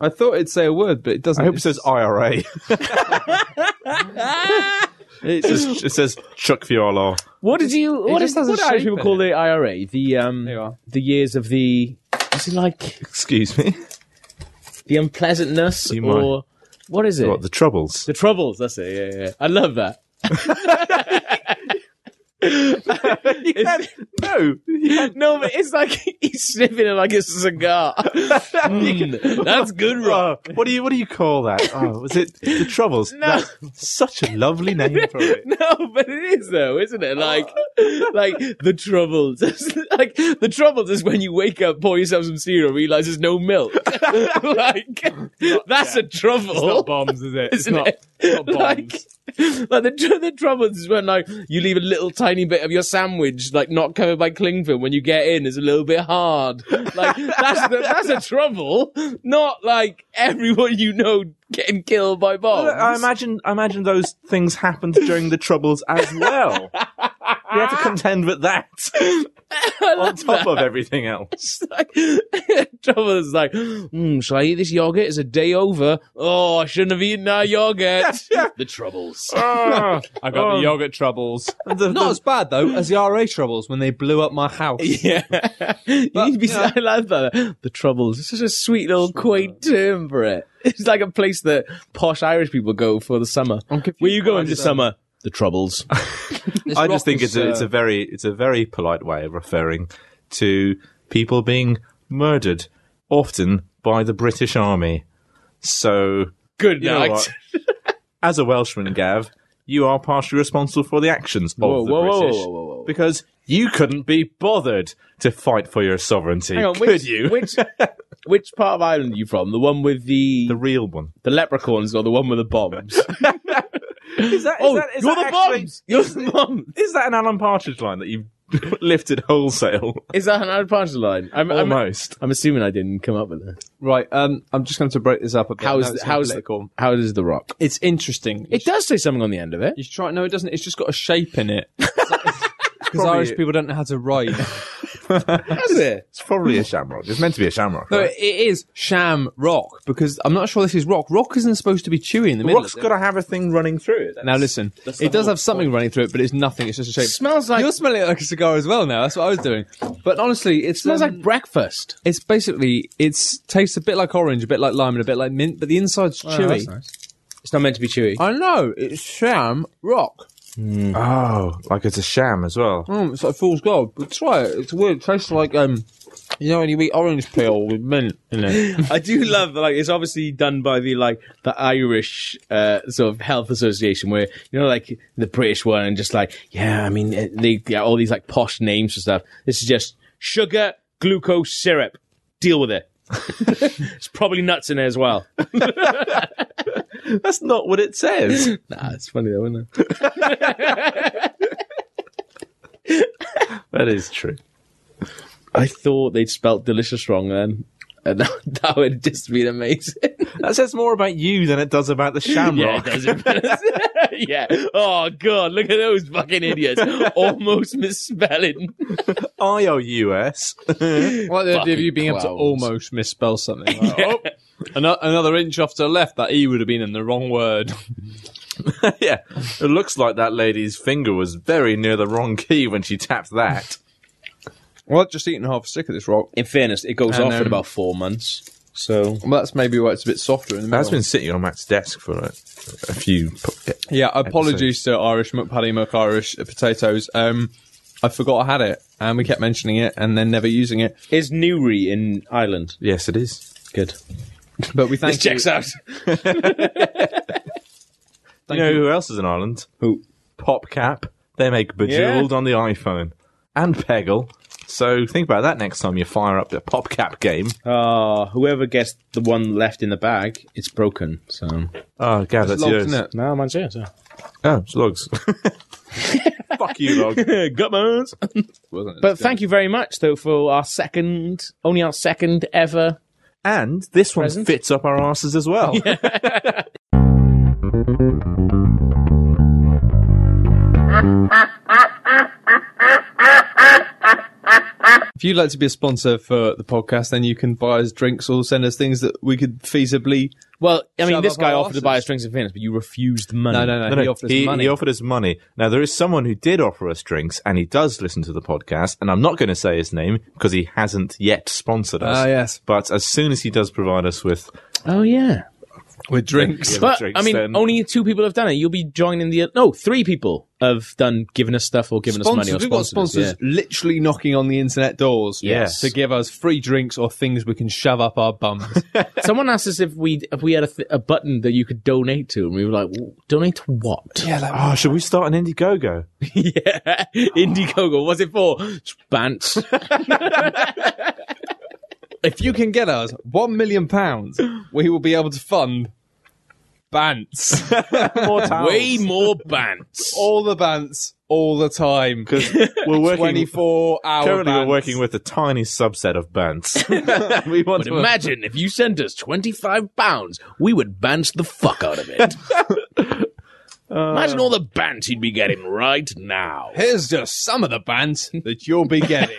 Speaker 2: I thought it'd say a word, but it doesn't.
Speaker 4: I hope it says IRA. it, says, it says Chuck Viola.
Speaker 1: What did you? What
Speaker 2: just
Speaker 1: is?
Speaker 2: has a
Speaker 1: What do Irish
Speaker 2: shape
Speaker 1: people
Speaker 2: in
Speaker 1: call the IRA? The um,
Speaker 2: There you are.
Speaker 1: the years of the. Is it like
Speaker 4: Excuse me.
Speaker 1: the unpleasantness
Speaker 4: You might.
Speaker 1: or what is it?
Speaker 4: What the troubles?
Speaker 1: The troubles. That's it. Yeah, yeah. I love that.
Speaker 4: no,
Speaker 1: No, but it's like he's sniffing it like it's a cigar. Mm, that's good
Speaker 4: Oh,
Speaker 1: rock.
Speaker 4: what do you what do you call that? Oh, was it the troubles?
Speaker 1: No.
Speaker 4: That's such a lovely name for it.
Speaker 1: No, but it is though, isn't it? Like, like the troubles. like the troubles is when you wake up, pour yourself some cereal, realize there's no milk. like that's a trouble.
Speaker 2: It's not bombs, is it?
Speaker 1: isn't it? Like, like the, tr- the troubles is when like you leave a little tiny bit of your sandwich like not covered by cling film when you get in is a little bit hard. Like that's the, that's a trouble, not like everyone you know getting killed by bombs.
Speaker 4: I imagine I imagine those things happened during the troubles as well. You have to contend with that on top of everything else.
Speaker 1: It's like, trouble is like, mm, shall I eat this yogurt? It's a day over. Oh, I shouldn't have eaten that yogurt. the troubles.
Speaker 2: I got the yogurt troubles.
Speaker 4: And the-
Speaker 2: Not
Speaker 4: the-
Speaker 2: as bad though as the RA troubles when they blew up my house.
Speaker 1: Yeah, you need to be.
Speaker 2: yeah.
Speaker 1: I love that. The troubles. It's such a sweet little quaint term for it. It's like a place that posh Irish people go for the summer. Where you going this summer? The troubles.
Speaker 4: I just think it's a, it's a very it's a very polite way of referring to people being murdered, often by the British Army. So
Speaker 1: Good
Speaker 4: you know
Speaker 1: night.
Speaker 4: what? As a Welshman, Gav, you are partially responsible for the actions of
Speaker 1: Whoa,
Speaker 4: the
Speaker 1: whoa, whoa,
Speaker 4: British
Speaker 1: whoa, whoa, whoa.
Speaker 4: because you couldn't be bothered to fight for your sovereignty,
Speaker 1: Hang on,
Speaker 4: could
Speaker 1: which,
Speaker 4: you?
Speaker 1: which which part of Ireland are you from? The one with the
Speaker 4: the
Speaker 1: the,
Speaker 4: real one.
Speaker 1: leprechauns or the one with the bombs?
Speaker 4: Is that,
Speaker 1: oh, you're the bombs. You're the bombs.
Speaker 4: Is that an Alan Partridge line that you lifted wholesale?
Speaker 1: Is that an Irish punchline? line? I'm, I'm,
Speaker 4: Almost.
Speaker 1: I'm assuming I didn't come up with it.
Speaker 2: Right, um, I'm just going to break this up a bit.
Speaker 1: How
Speaker 2: No,
Speaker 1: is
Speaker 2: it's
Speaker 1: the, how is the,
Speaker 2: political.
Speaker 1: how is the rock?
Speaker 2: It's interesting.
Speaker 1: It does say something on the end of it.
Speaker 2: You should try. No, it doesn't. It's just got a shape in it. Because Irish people don't know how to write.
Speaker 1: Does it?
Speaker 4: It's probably a shamrock. It's meant to be a shamrock.
Speaker 2: No,
Speaker 4: right?
Speaker 2: it is sham rock because I'm not sure this is rock. Rock isn't supposed to be chewy in the middle.
Speaker 4: Rock's got to have a thing running through it.
Speaker 2: now listen, it does have something running through it, but it's nothing. It's just a shape.
Speaker 1: Smells like
Speaker 2: You're smelling it like a cigar as well now. That's what I was doing. But honestly, it's
Speaker 1: smells
Speaker 2: um,
Speaker 1: like breakfast.
Speaker 2: it's basically it's tastes a bit like orange, a bit like lime, and a bit like mint. But the inside's chewy.
Speaker 1: It's not meant to be chewy.
Speaker 2: I know it's sham rock.
Speaker 4: Oh, like it's a sham as well.
Speaker 2: Mm, it's like fool's gold. But try it. It's weird. It tastes like um, you know, when you eat orange peel with mint in it.
Speaker 1: I do love that, like it's obviously done by the like the Irish uh, sort of health association where you know like the British one and just like yeah I mean it- they got all these like posh names and stuff. This is just sugar glucose syrup. Deal with it. it's probably nuts in there as well.
Speaker 4: That's not what it says.
Speaker 1: Nah, it's funny though, isn't it?
Speaker 4: that is true.
Speaker 1: I thought they'd spelt delicious wrong then, and that, that would just be amazing.
Speaker 4: That says more about you than it does about the shamrock.
Speaker 1: Yeah, it does. It yeah. Oh god, look at those fucking idiots. Almost misspelling.
Speaker 4: I O U S.
Speaker 2: Like the idea of you
Speaker 1: Fucking
Speaker 2: being able to
Speaker 1: clowns.
Speaker 2: almost misspell something. Like, oh, ano- another inch off to the left, that E would have been in the wrong word.
Speaker 4: yeah, it looks like that lady's finger was very near the wrong key when she tapped that.
Speaker 2: Well, I've just eaten half a stick of this rock.
Speaker 1: In fairness, it goes
Speaker 2: And,
Speaker 1: off in
Speaker 2: um,
Speaker 1: about four months. So
Speaker 2: Well, that's maybe why it's a bit softer in the middle.
Speaker 4: That's been sitting on Matt's desk for a, a few. po-
Speaker 2: yeah, apologies to Irish McPaddy McIrish potatoes. Um, I forgot I had it, and we kept mentioning it, and then never using it.
Speaker 1: is Newry in Ireland.
Speaker 4: Yes, it is.
Speaker 1: Good.
Speaker 2: But we thank
Speaker 1: This checks
Speaker 2: you.
Speaker 1: out.
Speaker 4: you know who else is in Ireland?
Speaker 1: Who?
Speaker 4: PopCap. They make Bejeweled on the iPhone and Peggle. So think about that next time you fire up the PopCap game.
Speaker 1: Ah, whoever gets the one left in the bag, it's broken. So
Speaker 4: Oh, Gav, that's
Speaker 2: Logs,
Speaker 4: yours.
Speaker 2: isn't it?
Speaker 1: no, mine's yours. Yeah.
Speaker 4: Oh, it's logs. Fuck you, log.
Speaker 1: Gutmans. but thank you very much, though, for our second, only our second ever.
Speaker 4: And this one
Speaker 1: Present?
Speaker 4: fits up our asses as well.
Speaker 2: If you'd like to be a sponsor for the podcast, then you can buy us drinks or send us things that we could feasibly.
Speaker 1: Well, I mean,
Speaker 2: Shove
Speaker 1: this
Speaker 2: up
Speaker 1: guy
Speaker 2: our
Speaker 1: offered to buy
Speaker 2: asses.
Speaker 1: us drinks and Venus, but you refused the money.
Speaker 2: No, no, no.
Speaker 4: No, no,
Speaker 2: he offered us
Speaker 4: he,
Speaker 2: money.
Speaker 4: he offered us money. Now there is someone who did offer us drinks, and he does listen to the podcast. And I'm not going to say his name because he hasn't yet sponsored us.
Speaker 2: Ah, yes.
Speaker 4: But as soon as he does provide us with
Speaker 1: Oh, yeah.
Speaker 2: with drinks.
Speaker 4: with
Speaker 1: But,
Speaker 4: drinks,
Speaker 1: I mean,
Speaker 4: then-
Speaker 1: only two people have done it. You'll be joining the. No, three people have done, given us stuff or given us money or
Speaker 2: We've got
Speaker 1: sponsored us,
Speaker 2: sponsors literally knocking on the internet doors
Speaker 1: Yes.
Speaker 2: to give us free drinks or things we can shove up our bums.
Speaker 1: yeah. Someone asked us if we if we had a, th- a button that you could donate to, and we were like, "Well, donate to what? Yeah.
Speaker 4: oh, should we start an Indiegogo?
Speaker 1: Indiegogo. What's it for? Bants.
Speaker 2: if you can get us one million pounds, we will be able to fund bants.
Speaker 4: More towels.
Speaker 1: Way more bants.
Speaker 2: all the bants, all the time.
Speaker 4: we're working.
Speaker 2: 24 hour
Speaker 4: Currently, we're
Speaker 2: bants.
Speaker 4: working with a tiny subset of bands. we want
Speaker 1: But
Speaker 4: to
Speaker 1: imagine if you sent us 25 pounds, we would bant the fuck out of it.
Speaker 4: Uh,
Speaker 1: imagine all the bants you'd be getting right now.
Speaker 2: Here's just some of the bands that you'll be getting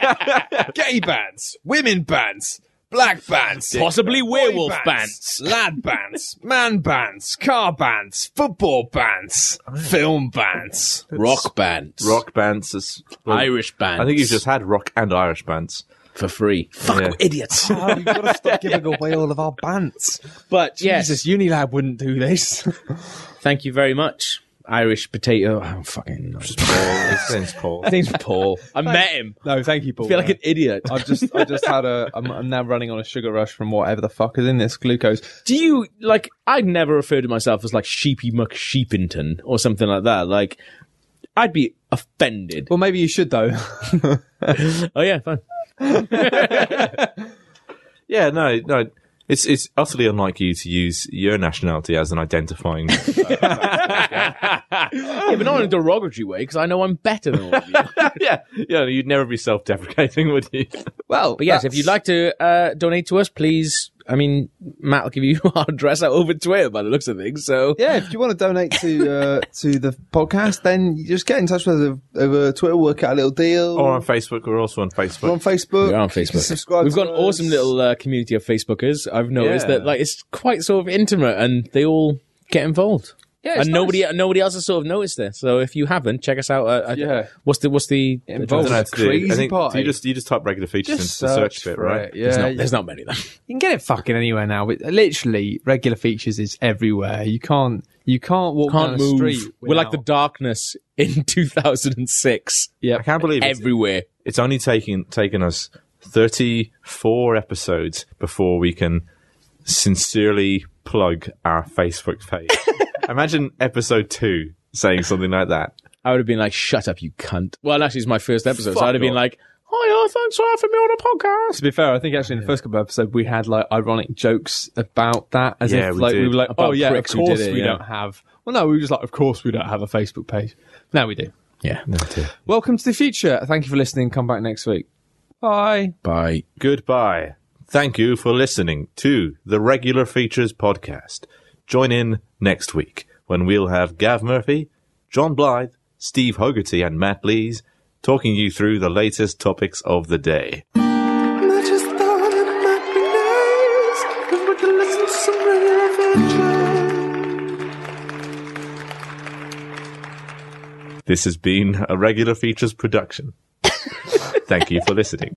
Speaker 2: gay bands, women bands, black bands,
Speaker 1: Possibly werewolf
Speaker 2: bands, lad bands, man bands, car bands, football bands, film bands.
Speaker 1: Rock bands.
Speaker 4: rock bands. Is, well,
Speaker 1: Irish bands.
Speaker 4: I think you've just had rock and Irish bands.
Speaker 1: For free. Fuck,
Speaker 4: Yeah.
Speaker 1: we're idiots.
Speaker 2: Oh, you've got to stop giving away all of our bands. But
Speaker 1: Yes.
Speaker 2: Jesus, Unilab wouldn't do this.
Speaker 1: Thank you very much. Irish potato. Oh, I'm fucking.
Speaker 4: His name's Paul.
Speaker 1: His name's Paul. I met him.
Speaker 2: no, thank you, Paul.
Speaker 1: I feel like an idiot.
Speaker 2: I've just, I just had a. I'm, I'm now running on a sugar rush from whatever the fuck is in this glucose.
Speaker 1: Do you like? I'd never refer to myself as like Sheepy Muck Sheepington or something like that. Like, I'd be offended.
Speaker 2: Well, maybe you should though.
Speaker 1: Oh yeah, fine.
Speaker 4: Yeah, no, no. It's it's utterly unlike you to use your nationality as an identifying. yeah,
Speaker 1: Yeah, but not in a derogatory way because I know I'm better than all of you.
Speaker 4: yeah. You'd never be self-deprecating, would you?
Speaker 2: well,
Speaker 1: But yes, if you'd like to uh, donate to us, please. I mean, Matt will give you our address out over Twitter by the looks of things. So
Speaker 2: yeah, if you want to donate to uh, to the podcast, then you just get in touch with us over Twitter, work out a little deal.
Speaker 4: Or on Facebook. We're also on
Speaker 2: We're on
Speaker 4: Facebook.
Speaker 2: Facebook.
Speaker 1: We're on
Speaker 2: You can
Speaker 1: Facebook.
Speaker 2: Subscribe.
Speaker 1: We've
Speaker 2: to
Speaker 1: got an
Speaker 2: us.
Speaker 1: awesome little uh, community of Facebookers. I've noticed
Speaker 4: Yeah.
Speaker 1: that like it's quite sort of intimate, and they all get involved. Yeah,
Speaker 2: it's
Speaker 1: and nobody nobody else has sort of noticed this. So if you haven't, check us out. Uh, uh,
Speaker 2: Yeah.
Speaker 1: what's the what's the
Speaker 2: Involved.
Speaker 1: address?
Speaker 4: I don't know how to do.
Speaker 2: Crazy
Speaker 4: I think
Speaker 2: party.
Speaker 4: you just you just type regular features
Speaker 2: Just
Speaker 4: into the
Speaker 2: search
Speaker 4: search bit,
Speaker 2: for
Speaker 4: right?
Speaker 2: it, yeah.
Speaker 1: There's, not, there's not many of them.
Speaker 2: You can get it fucking anywhere now. But literally, regular features is everywhere. You can't. You can't walk down
Speaker 1: Can't
Speaker 2: the
Speaker 1: move.
Speaker 2: street.
Speaker 1: We're like the
Speaker 2: without-
Speaker 1: darkness in 2006.
Speaker 4: I can't believe it's,
Speaker 1: Everywhere.
Speaker 4: it's only taken taken us thirty four episodes before we can sincerely plug our Facebook page. Imagine episode two saying something like that.
Speaker 1: I would have been like, "Shut up, you cunt." Well, actually, it's my first episode, so
Speaker 4: Fuck
Speaker 1: I'd have been
Speaker 4: off.
Speaker 1: like, "Hi, thanks for having me on a podcast."
Speaker 2: To be fair, I think actually in the first couple of episodes we had like ironic jokes about that, as
Speaker 4: Yeah,
Speaker 2: if
Speaker 4: we
Speaker 2: like we
Speaker 4: did.
Speaker 2: were like,
Speaker 1: About
Speaker 2: "Oh yeah, of
Speaker 1: pricks who did
Speaker 2: course
Speaker 1: it,
Speaker 2: we
Speaker 1: yeah.
Speaker 2: don't have." Well, no, we were just like, "Of course we don't have a Facebook page." Now we do.
Speaker 1: Yeah.
Speaker 2: Welcome to the future. Thank you for listening. Come back next week. Bye.
Speaker 1: Bye.
Speaker 4: Goodbye. Thank you for listening to the Regular Features Podcast. Join in next week when we'll have Gav Murphy, John Blythe, Steve Hogarty, and Matt Lees talking you through the latest topics of the day. This has been a Regular Features production. Thank you for listening.